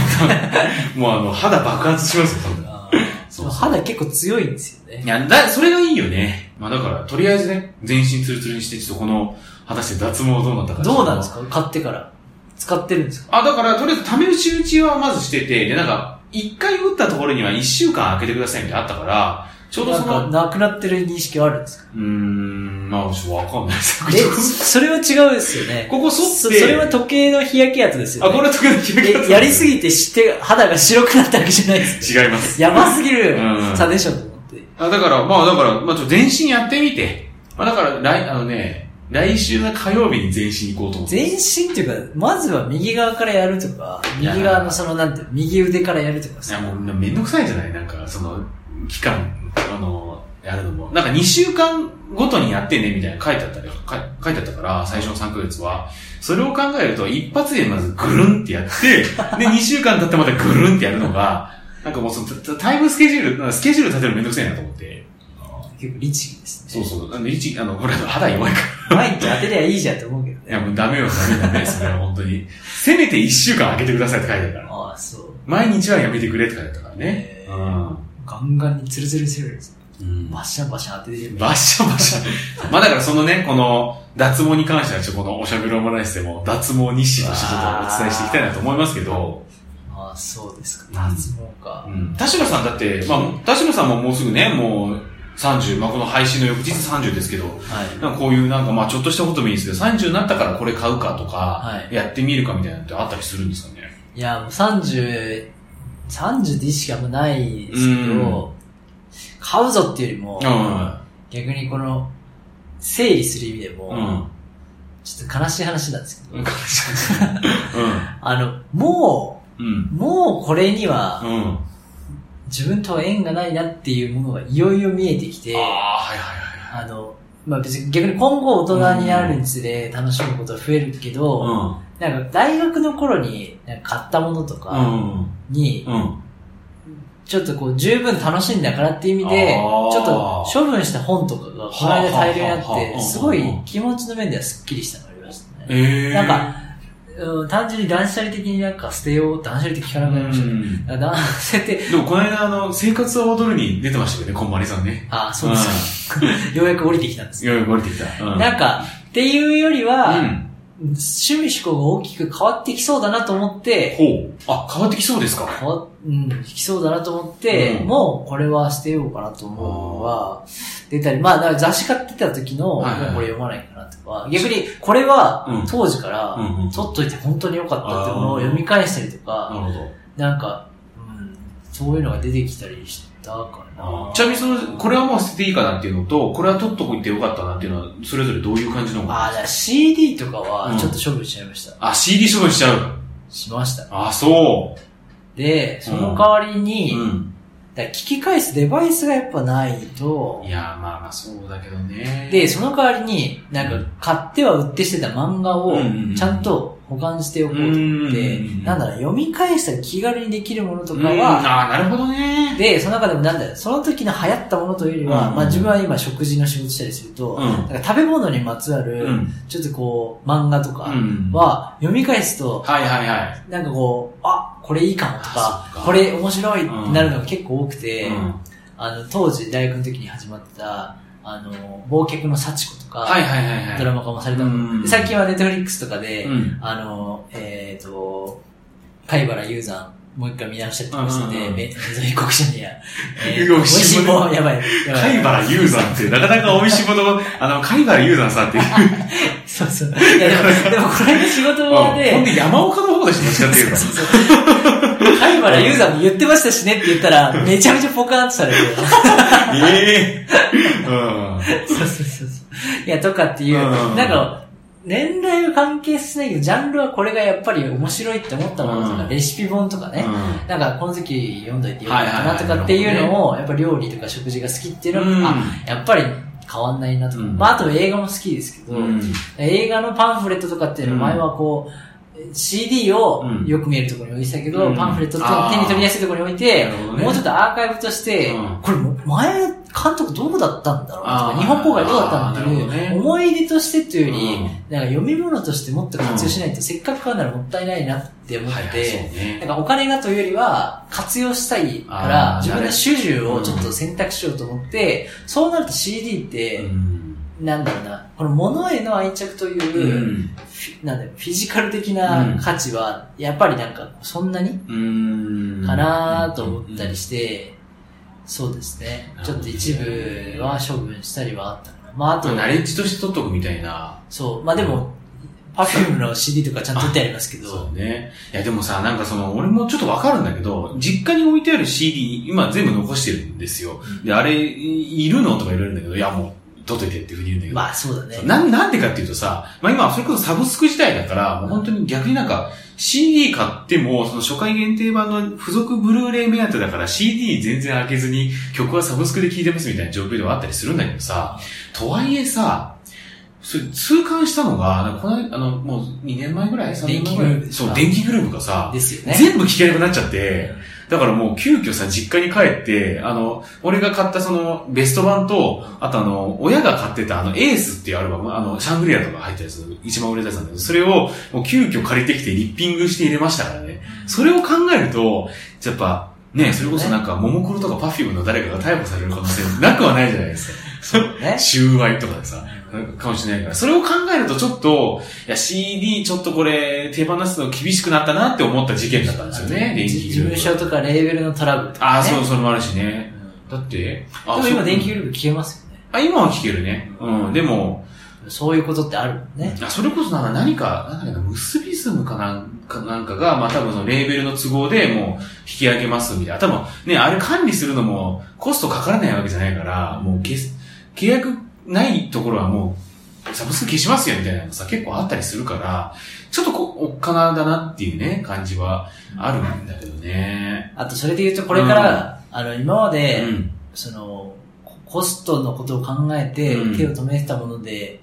[SPEAKER 3] もうあの、肌爆発しますよ、多分。
[SPEAKER 2] あー
[SPEAKER 3] そうそう
[SPEAKER 2] 肌結構強いんですよ
[SPEAKER 3] い
[SPEAKER 2] ね。
[SPEAKER 3] や、だ、それがいいよね。まあだから、とりあえずね、全身ツルツルにして、ちょっとこの、果たして脱毛どうなったか。
[SPEAKER 2] どうなんです
[SPEAKER 3] か
[SPEAKER 2] か買ってから。使ってるんですか
[SPEAKER 3] あ、だから、とりあえず、試し打ちはまずしてて、で、なんか、一回打ったところには一週間空けてくださいみたいなのあったから、ちょうどそ
[SPEAKER 2] な
[SPEAKER 3] の、
[SPEAKER 2] ん
[SPEAKER 3] う
[SPEAKER 2] か、なくなってる認識はあるん ですか
[SPEAKER 3] ーん、まあ、ちょっとわかんないです
[SPEAKER 2] え、それは違うですよね。
[SPEAKER 3] ここ
[SPEAKER 2] そ
[SPEAKER 3] 剃って、
[SPEAKER 2] それは時計の日焼けやつですよ
[SPEAKER 3] あ、
[SPEAKER 2] ね。
[SPEAKER 3] これ時々
[SPEAKER 2] えやりすぎてして、肌が白くなったわけじゃないです。
[SPEAKER 3] 違います。
[SPEAKER 2] やばすぎる
[SPEAKER 3] うん
[SPEAKER 2] 差でしょと思って。
[SPEAKER 3] あ、だから、まあだから、まあちょっと全身やってみて、まあだから、来、あのね、来週の火曜日に全身行こうと思って。
[SPEAKER 2] 全身っていうか、まずは右側からやるとか、
[SPEAKER 3] いや
[SPEAKER 2] 右側のそのなんて、右腕からやるとか
[SPEAKER 3] いや、
[SPEAKER 2] さ。
[SPEAKER 3] もうめんどくさいじゃないなんか、その、期間、あの、やるのも。なんか2週間ごとにやってね、みたいな書いてあったり、か書いてあったから、最初の3ヶ月は。それを考えると、一発でまずぐるんってやって、で、2週間経ってまたぐるんってやるのが、なんかもうその、タタイムスケジュール、なんかスケジュール立てるのめんどくさいなと思って。
[SPEAKER 2] 結構律儀ですね。
[SPEAKER 3] そうそう。あの、一、あの、これ、肌弱いか
[SPEAKER 2] 毎日当てりゃいいじゃんって思うけど
[SPEAKER 3] ら。いや、
[SPEAKER 2] ね。
[SPEAKER 3] もうダメよ、ダメダメ、それは本当に。せめて一週間空けてくださいって書いてあるから。
[SPEAKER 2] ああ、そう。
[SPEAKER 3] 毎日はやめてくれって書いてあったからね
[SPEAKER 2] へ。ーガンガンにツルツルにするんです。
[SPEAKER 3] うん
[SPEAKER 2] バッシャンバッシャン当ててる。
[SPEAKER 3] バッシャバシャ。まあだからそのね、この脱毛に関してはちょっとこのおしゃべりオムライスでも脱毛日誌としてちょっとお伝えしていきたいなと思いますけど、
[SPEAKER 2] ああ、そうですか。
[SPEAKER 3] うん
[SPEAKER 2] 脱毛か。
[SPEAKER 3] うん田代さんだって、まあ田代さんももうすぐね、もう30、まあこの配信の翌日30ですけど、
[SPEAKER 2] はい。
[SPEAKER 3] なんかこういうなんかまあちょっとしたこともいいんですけど、30になったからこれ買うかとか
[SPEAKER 2] は、い
[SPEAKER 3] やってみるかみたいなのってあったりするんですかね。
[SPEAKER 2] いや、もう30、30って意識あんまないですけど、買うぞっていうよりも、
[SPEAKER 3] う
[SPEAKER 2] 逆にこの、整理する意味でも、
[SPEAKER 3] ん。うん。
[SPEAKER 2] ちょっと悲しい話なんですけど、
[SPEAKER 3] うん。
[SPEAKER 2] あの、も
[SPEAKER 3] うん。
[SPEAKER 2] う、もうこれには、
[SPEAKER 3] うん。
[SPEAKER 2] 自分とは縁がないなっていうものがいよいよ見えてきて、
[SPEAKER 3] あ
[SPEAKER 2] あ
[SPEAKER 3] あ、はいはいはい。
[SPEAKER 2] の、まあ別に逆に今後大人になるにつれ楽しむことは増えるけど、
[SPEAKER 3] う
[SPEAKER 2] なんか大学の頃になんか買ったものとか
[SPEAKER 3] ん。うん。
[SPEAKER 2] に、
[SPEAKER 3] うん。
[SPEAKER 2] ちょっとこう十分楽しんだからっていう意味で、ち
[SPEAKER 3] あー
[SPEAKER 2] ょっと処分した本とかがこの間大量に
[SPEAKER 3] はあはあ
[SPEAKER 2] あっ
[SPEAKER 3] はあ
[SPEAKER 2] て、すごい気持ちの面ではスッキリしたのがありましたね。
[SPEAKER 3] ええ。
[SPEAKER 2] なんか、うん単純に断捨離的になんか捨てよう、断捨離って聞かなくなりましたね。
[SPEAKER 3] うん
[SPEAKER 2] だから断捨離って、
[SPEAKER 3] でもこの間、あの、生活は踊るに出てましたよね、こんまりさんね。
[SPEAKER 2] ああ、そうですか。 ようやく降りてきたんです
[SPEAKER 3] い。よいよ降りてきた。うん
[SPEAKER 2] なんか、っていうより
[SPEAKER 3] う
[SPEAKER 2] は、
[SPEAKER 3] ん。
[SPEAKER 2] 趣味思考が大きく変わってきそうだなと思って、
[SPEAKER 3] ほう。あ、変わってきそうですか。
[SPEAKER 2] 変わうん、きそうだなと思って、
[SPEAKER 3] うん
[SPEAKER 2] もうこれは捨てようかなと思うのは、出たり、まあ、だから雑誌買ってた時の、
[SPEAKER 3] はいはいはい
[SPEAKER 2] もうこれ読まないかなとか、逆にこれは
[SPEAKER 3] うん
[SPEAKER 2] 当時から、
[SPEAKER 3] うんうん
[SPEAKER 2] 取っといて本当に良かったってものを読み返したりと
[SPEAKER 3] な
[SPEAKER 2] か、
[SPEAKER 3] るほど。
[SPEAKER 2] なんか、うん、そういうのが出てきたりしたかな。
[SPEAKER 3] ちなみにその、これはもう捨てていいかなっていうのと、これは取っとこいてよかったなっていうのは、それぞれどういう感じの
[SPEAKER 2] ああ、だから CD とかはちょっと処分しちゃいました。
[SPEAKER 3] あ、CD 処分しちゃう。
[SPEAKER 2] しました。
[SPEAKER 3] あ、そ
[SPEAKER 2] で、その代わりに、
[SPEAKER 3] う。ん。
[SPEAKER 2] だから聞き返すデバイスがやっぱないと
[SPEAKER 3] い、やー、まあまあ、そうだけどね。
[SPEAKER 2] で、、その代わりに、なんか、買っては売ってしてた漫画を
[SPEAKER 3] うんうんうん、
[SPEAKER 2] ちゃんと保管しておこうと
[SPEAKER 3] うんうん
[SPEAKER 2] 思
[SPEAKER 3] う
[SPEAKER 2] っ
[SPEAKER 3] ん
[SPEAKER 2] て
[SPEAKER 3] うん、
[SPEAKER 2] なんだろう、読み返したら気軽にできるものと
[SPEAKER 3] う
[SPEAKER 2] か
[SPEAKER 3] ん、
[SPEAKER 2] は、
[SPEAKER 3] ああ、なるほどね。
[SPEAKER 2] で、その中でもなんだろう、その時の流行ったものというより
[SPEAKER 3] うんうん
[SPEAKER 2] は
[SPEAKER 3] う、ん
[SPEAKER 2] まあ自分は今食事の仕事したりすると、
[SPEAKER 3] うん
[SPEAKER 2] なんか食べ物にまつわ
[SPEAKER 3] う
[SPEAKER 2] る、
[SPEAKER 3] ん。
[SPEAKER 2] ちょっとこう、漫画とか
[SPEAKER 3] うん
[SPEAKER 2] は、読み返すと、
[SPEAKER 3] はいはいはい。
[SPEAKER 2] なんかこう、あ、これいいかもと
[SPEAKER 3] あ
[SPEAKER 2] か
[SPEAKER 3] そっか、
[SPEAKER 2] これ面白いってなるのが結構多くて、
[SPEAKER 3] うん
[SPEAKER 2] あの、当時大学の時に始まってた、あの、忘却の幸子とか、
[SPEAKER 3] はいはいはいはい。
[SPEAKER 2] ドラマ化もされたも
[SPEAKER 3] うん
[SPEAKER 2] の。で最近はネットフリックスとかで、
[SPEAKER 3] うん。
[SPEAKER 2] あの、えっ、と、貝原雄山、もう一回見直したりとかして
[SPEAKER 3] うんうん
[SPEAKER 2] て、
[SPEAKER 3] うん
[SPEAKER 2] め、めぞい国者にや、えー
[SPEAKER 3] よ
[SPEAKER 2] と、
[SPEAKER 3] し
[SPEAKER 2] 美味しいもん、やばい、やば
[SPEAKER 3] 貝
[SPEAKER 2] い。
[SPEAKER 3] 原雄山って、なかなか美味しいもの、あの、貝原雄山さんっていう。
[SPEAKER 2] そうそう。いや、でも、でもこれが仕事場
[SPEAKER 3] うんほん
[SPEAKER 2] で、
[SPEAKER 3] で山岡の方でしか違ってるから。
[SPEAKER 2] 貝原雄山も言ってましたしねって言ったら、めちゃめちゃポカーンとされて、
[SPEAKER 3] ええうん。
[SPEAKER 2] そうそうそうそう。いや、とかっていう、
[SPEAKER 3] うん
[SPEAKER 2] なんか、年代は関係しないけど、ジャンルはこれがやっぱり面白いって思ったものとか、
[SPEAKER 3] うん
[SPEAKER 2] レシピ本とかね、なんかこの時読んどいてよかった
[SPEAKER 3] はいはいは
[SPEAKER 2] ないとかっていうのを、やっぱ料理とか食事が好きっていうのは、
[SPEAKER 3] うん
[SPEAKER 2] あ、やっぱり変わんないなとか、
[SPEAKER 3] うん
[SPEAKER 2] まああと映画も好きですけど、
[SPEAKER 3] うん。
[SPEAKER 2] 映画のパンフレットとかっていうのは前はこう、CD を
[SPEAKER 3] うん
[SPEAKER 2] よく見えるところに置いてたけど、
[SPEAKER 3] うん
[SPEAKER 2] パンフレットって
[SPEAKER 3] あー
[SPEAKER 2] 手に取りやすいところに置いて、
[SPEAKER 3] なるほどね
[SPEAKER 2] もうちょっとアーカイブとして、
[SPEAKER 3] うん
[SPEAKER 2] これも前監督どこだったんだろうと
[SPEAKER 3] あ
[SPEAKER 2] か
[SPEAKER 3] ー、
[SPEAKER 2] 日本公開どうだったんだろうって
[SPEAKER 3] なる
[SPEAKER 2] い
[SPEAKER 3] ほどね
[SPEAKER 2] う、思い出としてっていうより、
[SPEAKER 3] うん
[SPEAKER 2] なんか読み物としてもっと活用しないと、せっかく買うならもったいないなって思って、
[SPEAKER 3] はいはい、そうね。
[SPEAKER 2] なんかお金がというよりは、活用したいから、
[SPEAKER 3] あー
[SPEAKER 2] 自分の主従をちょっと選択しようと思って、そうなると CD って、なんだろうな、この物への愛着と
[SPEAKER 3] う
[SPEAKER 2] いう、
[SPEAKER 3] ん。
[SPEAKER 2] なんだろうフィジカル的
[SPEAKER 3] うん
[SPEAKER 2] な価値は、やっぱりなんかそんなに
[SPEAKER 3] うん。
[SPEAKER 2] かなーと思ったり
[SPEAKER 3] し
[SPEAKER 2] して、そうですね
[SPEAKER 3] な。る
[SPEAKER 2] ち
[SPEAKER 3] ほ
[SPEAKER 2] ょ
[SPEAKER 3] ど
[SPEAKER 2] っと一部は処分したりはあったかな。まああ
[SPEAKER 3] あ
[SPEAKER 2] と
[SPEAKER 3] と、、ナレッジとして取っとくみたいな。
[SPEAKER 2] そう、まあでも、パフュームの CD とかちゃんと売ってありますけど、
[SPEAKER 3] そうね。いや、でもさ、なんかその、俺もちょっとわかるんだけど、実家に置いてある CD、今全部残してるんですよ。で、あれ、いるのとか言われるんだけど、いや、もう、取っといてっていうふうに言うんだけど。
[SPEAKER 2] まあそうだね。
[SPEAKER 3] ななんでかっていうとさ、まあ今、それこそサブスク時代だから、もう本当に逆になんか、CD 買っても、その初回限定版の付属ブルーレイ目当てだから CD 全然開けずに曲はサブスクで聴いてますみたいな状況ではあったりするんだけどさ、とはいえさ、それ痛感したのが、なんかこの間、あの、もう2年前ぐらい ?3 年前ぐ
[SPEAKER 2] 電気
[SPEAKER 3] ら
[SPEAKER 2] グループ
[SPEAKER 3] い
[SPEAKER 2] ですか
[SPEAKER 3] そう、電気グループがさ、
[SPEAKER 2] ですよね。
[SPEAKER 3] 全部聞けなくなっちゃって、だからもう急遽さ、実家に帰って、あの、俺が買ったそのベスト版と、あとあの、親が買ってたあの、エースっていうアルバム、あの、シャングリラとか入ったやつ、一番売れたやつなんだけど、それをもう急遽借りてきてリッピングして入れましたからね。それを考えると、やっぱ、ね、それこそなんか、ももクロとかパフュームの誰かが逮捕される可能性もなくはないじゃないですか。
[SPEAKER 2] ね。
[SPEAKER 3] 収賄とかでさ、かもしれないから、それを考えるとちょっと、いや、CD ちょっとこれ、手放すの厳しくなったなって思った事件だったんですよね、電気
[SPEAKER 2] 事務所とかレーベルのトラブルとか、ね。
[SPEAKER 3] ああ、そう、それもあるしね。だって、
[SPEAKER 2] で
[SPEAKER 3] あ
[SPEAKER 2] も
[SPEAKER 3] そ
[SPEAKER 2] 今
[SPEAKER 3] う
[SPEAKER 2] 電気グループ消えますよね。
[SPEAKER 3] あ、今は聞けるね。うん、でも、
[SPEAKER 2] そういうことってあるもんね。
[SPEAKER 3] あそれこそなんか何か、なんだっけな、ムスビズムかなんかなんかが、まあ多分そのレーベルの都合でもう引き上げますみたいな。多分ね、あれ管理するのもコストかからないわけじゃないから、もうけ契約ないところはもうサブスク消しますよみたいなのさ、結構あったりするから、ちょっとこおっかなだなっていうね、感じはあるんだけどね。
[SPEAKER 2] あと、それで言うと、これから、あの、今まで、
[SPEAKER 3] うん。
[SPEAKER 2] その、ココストのことを考えて
[SPEAKER 3] う、ん
[SPEAKER 2] 手を止めてたもので、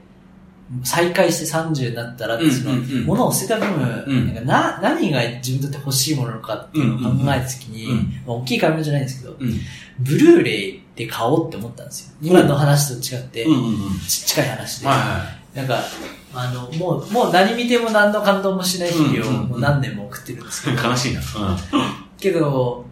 [SPEAKER 2] 再開して30になったら、
[SPEAKER 3] うん
[SPEAKER 2] その
[SPEAKER 3] うんうん、
[SPEAKER 2] 物を捨てた分、
[SPEAKER 3] うん
[SPEAKER 2] なんかな、何が自分にとって欲しいものなのかっていうのを考えたときに、
[SPEAKER 3] うんうんうん
[SPEAKER 2] まあ、大きい買い物じゃないんですけど、
[SPEAKER 3] うん
[SPEAKER 2] ブルーレイで買おうって思ったんですよ。今の話と違って、
[SPEAKER 3] うんうんうん。
[SPEAKER 2] ち近い話で。
[SPEAKER 3] はいは
[SPEAKER 2] なんか、あの、もう、もう何見ても何の感動もしない日々
[SPEAKER 3] う
[SPEAKER 2] を
[SPEAKER 3] んうんうん
[SPEAKER 2] もう何年も送ってるんですけど、
[SPEAKER 3] い。悲しいな。
[SPEAKER 2] けど、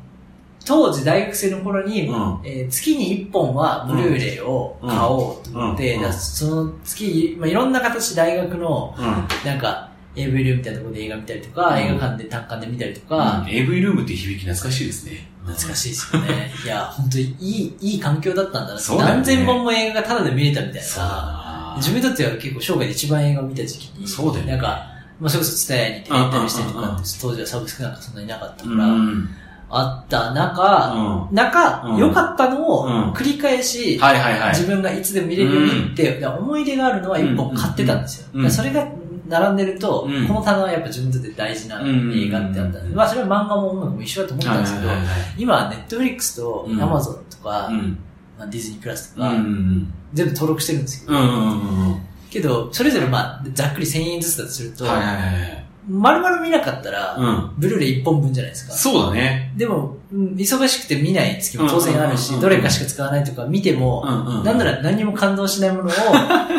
[SPEAKER 2] 当時大学生の頃に、
[SPEAKER 3] うん
[SPEAKER 2] えー月に1本はブルーレイを買おうと思って、
[SPEAKER 3] うんうん
[SPEAKER 2] だからその月、まあ、いろんな形で大学の、
[SPEAKER 3] うん。うん。
[SPEAKER 2] なんか、AV ルームみたいなところで映画見たりとか、
[SPEAKER 3] うん
[SPEAKER 2] 映画館で単館で見たりと
[SPEAKER 3] まあ
[SPEAKER 2] か、、
[SPEAKER 3] AV ルームって響き懐かしいですね。
[SPEAKER 2] 懐かしいですよ ね。いや、本当にいい、いい環境だったんだなって。
[SPEAKER 3] そうだよね
[SPEAKER 2] 何千本も映画がタダで見れたみたい
[SPEAKER 3] そうだ
[SPEAKER 2] な。
[SPEAKER 3] な
[SPEAKER 2] 自分にとっては結構生涯で一番映画を見た時期に、
[SPEAKER 3] そうだよね。
[SPEAKER 2] なんか、まあ、それこそ伝えに行ってレンタルしたりと
[SPEAKER 3] うんうん
[SPEAKER 2] か
[SPEAKER 3] うんう
[SPEAKER 2] っ
[SPEAKER 3] ん
[SPEAKER 2] て、当時はサブスクなんかそんなになかった
[SPEAKER 3] う
[SPEAKER 2] か
[SPEAKER 3] ん、
[SPEAKER 2] ら、
[SPEAKER 3] うん。
[SPEAKER 2] あった中、
[SPEAKER 3] はう
[SPEAKER 2] 中、
[SPEAKER 3] ん
[SPEAKER 2] 良かったのを
[SPEAKER 3] うん
[SPEAKER 2] 繰り返し
[SPEAKER 3] い、はいはい。
[SPEAKER 2] 自分がいつでも見れるようにって、だから思い出があるのは一本買ってたんですよ。
[SPEAKER 3] うん
[SPEAKER 2] だからそれが並んでると、
[SPEAKER 3] うん
[SPEAKER 2] この棚はやっぱ自分にとって大事な映画ってあったん
[SPEAKER 3] うん
[SPEAKER 2] で、まあそれは漫画も音楽も一緒だと思ったんですけど
[SPEAKER 3] はい、はいはい
[SPEAKER 2] 今はネットフリックスと
[SPEAKER 3] うん
[SPEAKER 2] アマゾンとか、
[SPEAKER 3] うん。
[SPEAKER 2] まあディズニープラスと
[SPEAKER 3] うん
[SPEAKER 2] か、
[SPEAKER 3] うん
[SPEAKER 2] 全部登録してるんですけ
[SPEAKER 3] うん。う
[SPEAKER 2] ど、
[SPEAKER 3] んうんうん。
[SPEAKER 2] けど、それぞれまあ、ざっくり1000円ずつだとすると、
[SPEAKER 3] はいはいはい
[SPEAKER 2] 丸々見なかったら、
[SPEAKER 3] はい。うん。
[SPEAKER 2] ブルーレイ1本分じゃないですか。
[SPEAKER 3] そうだね。
[SPEAKER 2] でも、うん忙しくて見ない月も当然あるし、
[SPEAKER 3] うんうんうん
[SPEAKER 2] ど
[SPEAKER 3] うん
[SPEAKER 2] れかしか使わないとか見て
[SPEAKER 3] う
[SPEAKER 2] も、
[SPEAKER 3] んうん。
[SPEAKER 2] なんなら何にも感動しないも のを、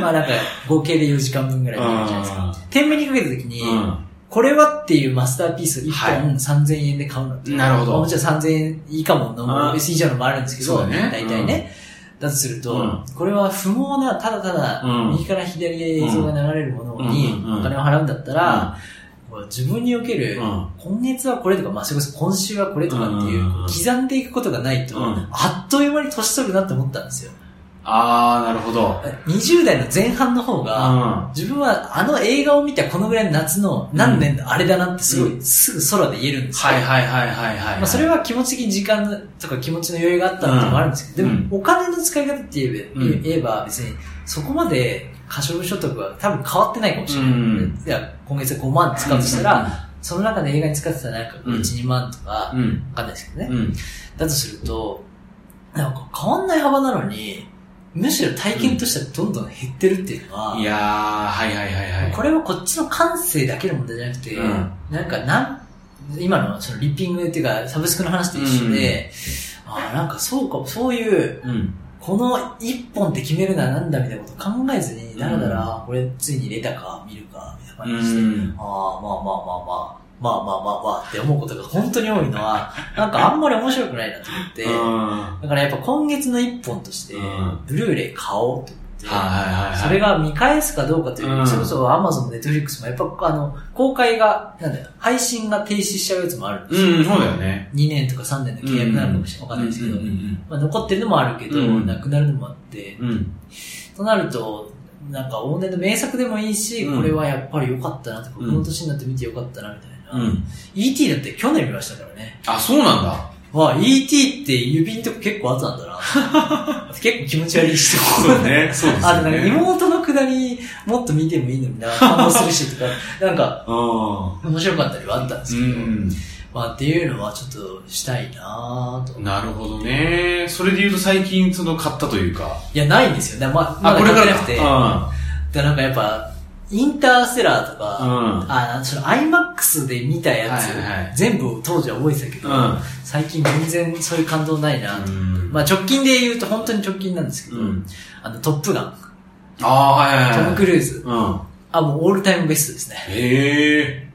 [SPEAKER 2] まあなんか合計で4時間分ぐらい見るじゃないですか。天秤にかけた時に、
[SPEAKER 3] う
[SPEAKER 2] これはっていうマスターピースを1
[SPEAKER 3] はい
[SPEAKER 2] 本3000円で買うのって、
[SPEAKER 3] ん。なるほ
[SPEAKER 2] まあも
[SPEAKER 3] ど。
[SPEAKER 2] ちろん3000円以下ものも
[SPEAKER 3] うん
[SPEAKER 2] 以上のもあるんですけ
[SPEAKER 3] そ
[SPEAKER 2] ど、
[SPEAKER 3] うだね
[SPEAKER 2] 大体ね。だとすると、
[SPEAKER 3] うん
[SPEAKER 2] これは不毛な、ただただ
[SPEAKER 3] うん、
[SPEAKER 2] 右から左へ映像が流れるものに
[SPEAKER 3] うんうんうん
[SPEAKER 2] お金を払うんだったら、こう自分における
[SPEAKER 3] うん。
[SPEAKER 2] 今月はこれとか、まあ、それこそ今週はこれとかっていう、
[SPEAKER 3] うんうんうん
[SPEAKER 2] 刻んでいくことがないと、
[SPEAKER 3] うん
[SPEAKER 2] あっという間に年取るなって思ったんですよ。
[SPEAKER 3] あー、なるほど。
[SPEAKER 2] 20代の前半の方が、
[SPEAKER 3] う
[SPEAKER 2] 自分はあの映画を見たこのぐらいの夏の何年のあれだなってすごい、
[SPEAKER 3] う
[SPEAKER 2] すぐ空で言えるんで
[SPEAKER 3] ん。
[SPEAKER 2] すよ。
[SPEAKER 3] はいはいはいはいはい。
[SPEAKER 2] まあ、それは気持ち的に時間とか気持ちの余裕があったっていうのもあるんですけど、
[SPEAKER 3] うん
[SPEAKER 2] でもお金の使い方って言えば,、
[SPEAKER 3] うん
[SPEAKER 2] 言えば別にそこまで過小所得は多分変わってないかもしれない。
[SPEAKER 3] うん
[SPEAKER 2] いや今月5万使うとしたら、、その中で映画に使ってたなんか1、
[SPEAKER 3] うん
[SPEAKER 2] 2万とか、
[SPEAKER 3] うん。
[SPEAKER 2] わかんないですけどね。
[SPEAKER 3] うん。
[SPEAKER 2] だとすると、なんか変わんない幅なのに、むしろ体験としてはどんどん減ってるっていうのは、
[SPEAKER 3] いやー、はいはいはいはい。
[SPEAKER 2] これはこっちの感性だけの問題じゃなくて、
[SPEAKER 3] うん
[SPEAKER 2] なんかなん、今のそのリッピングっていうか、サブスクの話と一緒で、ああ、なんかそうか、そういう、
[SPEAKER 3] うん。
[SPEAKER 2] この一本って決めるななんだみたいなこと考えずに、だらだら、これついにレタか見るか、みたいな
[SPEAKER 3] う
[SPEAKER 2] 感じで、
[SPEAKER 3] ん。
[SPEAKER 2] ああ、まあまあまあまあ、まあまあまあまあって思うことが本当に多いのは、なんかあんまり面白くないなと思って、
[SPEAKER 3] は
[SPEAKER 2] だからやっぱ今月の一本として
[SPEAKER 3] うん、
[SPEAKER 2] ブルーレイ買おうと思っ
[SPEAKER 3] いはい
[SPEAKER 2] て、
[SPEAKER 3] はい。
[SPEAKER 2] それが見返すかどうかというより、
[SPEAKER 3] うん
[SPEAKER 2] それこそアマゾン、ネットフリックスもやっぱあの、公開が、なんだよ、配信が停止しちゃうやつもあるんですよ。
[SPEAKER 3] うん、そうだよね。
[SPEAKER 2] 2年とか3年の契約なのかもしれないですけど
[SPEAKER 3] う、ん。
[SPEAKER 2] まあ残ってるのもあるけど、
[SPEAKER 3] うん
[SPEAKER 2] なくなるのもあって、
[SPEAKER 3] うん。
[SPEAKER 2] となると、なんか往年の名作でもいいし、
[SPEAKER 3] うん
[SPEAKER 2] これはやっぱり良かったなとか、こ
[SPEAKER 3] うん
[SPEAKER 2] の年になって見て良かったなみたいな。
[SPEAKER 3] うん。
[SPEAKER 2] E.T. だって去年見ましたからね。
[SPEAKER 3] あ、そうなんだ。
[SPEAKER 2] わあ、E.T. って指のとこ結構後なんだ な。結構気持ち悪いし。
[SPEAKER 3] そうね。そうですね。
[SPEAKER 2] あとなんか妹のくだりもっと見てもいいのにな、感動するしと か、なんか面白かったりはあったんです
[SPEAKER 3] う
[SPEAKER 2] けど、
[SPEAKER 3] ん。
[SPEAKER 2] まあっていうのはちょっとしたいなぁと。
[SPEAKER 3] なるほどね。それで言うと最近その買ったというか。
[SPEAKER 2] いや、ないんですよね。まあ、ま
[SPEAKER 3] あ、
[SPEAKER 2] だ
[SPEAKER 3] これ
[SPEAKER 2] 買
[SPEAKER 3] か
[SPEAKER 2] って
[SPEAKER 3] ら
[SPEAKER 2] なくて。
[SPEAKER 3] か
[SPEAKER 2] でもなんかやっぱ、インターステラーとか、
[SPEAKER 3] うん
[SPEAKER 2] あその IMAX で見たやつ、
[SPEAKER 3] はいはい
[SPEAKER 2] 全部当時は覚えてたけど、
[SPEAKER 3] うん
[SPEAKER 2] 最近全然そういう感動ないな、
[SPEAKER 3] うん
[SPEAKER 2] まあ直近で言うと本当に直近なんですけど、
[SPEAKER 3] うん
[SPEAKER 2] あのトップガン、
[SPEAKER 3] ああー、はい
[SPEAKER 2] ト
[SPEAKER 3] はい、はい。
[SPEAKER 2] ム・クルーズ、
[SPEAKER 3] うん。
[SPEAKER 2] あ、もうオールタイムベストですね。
[SPEAKER 3] へえ。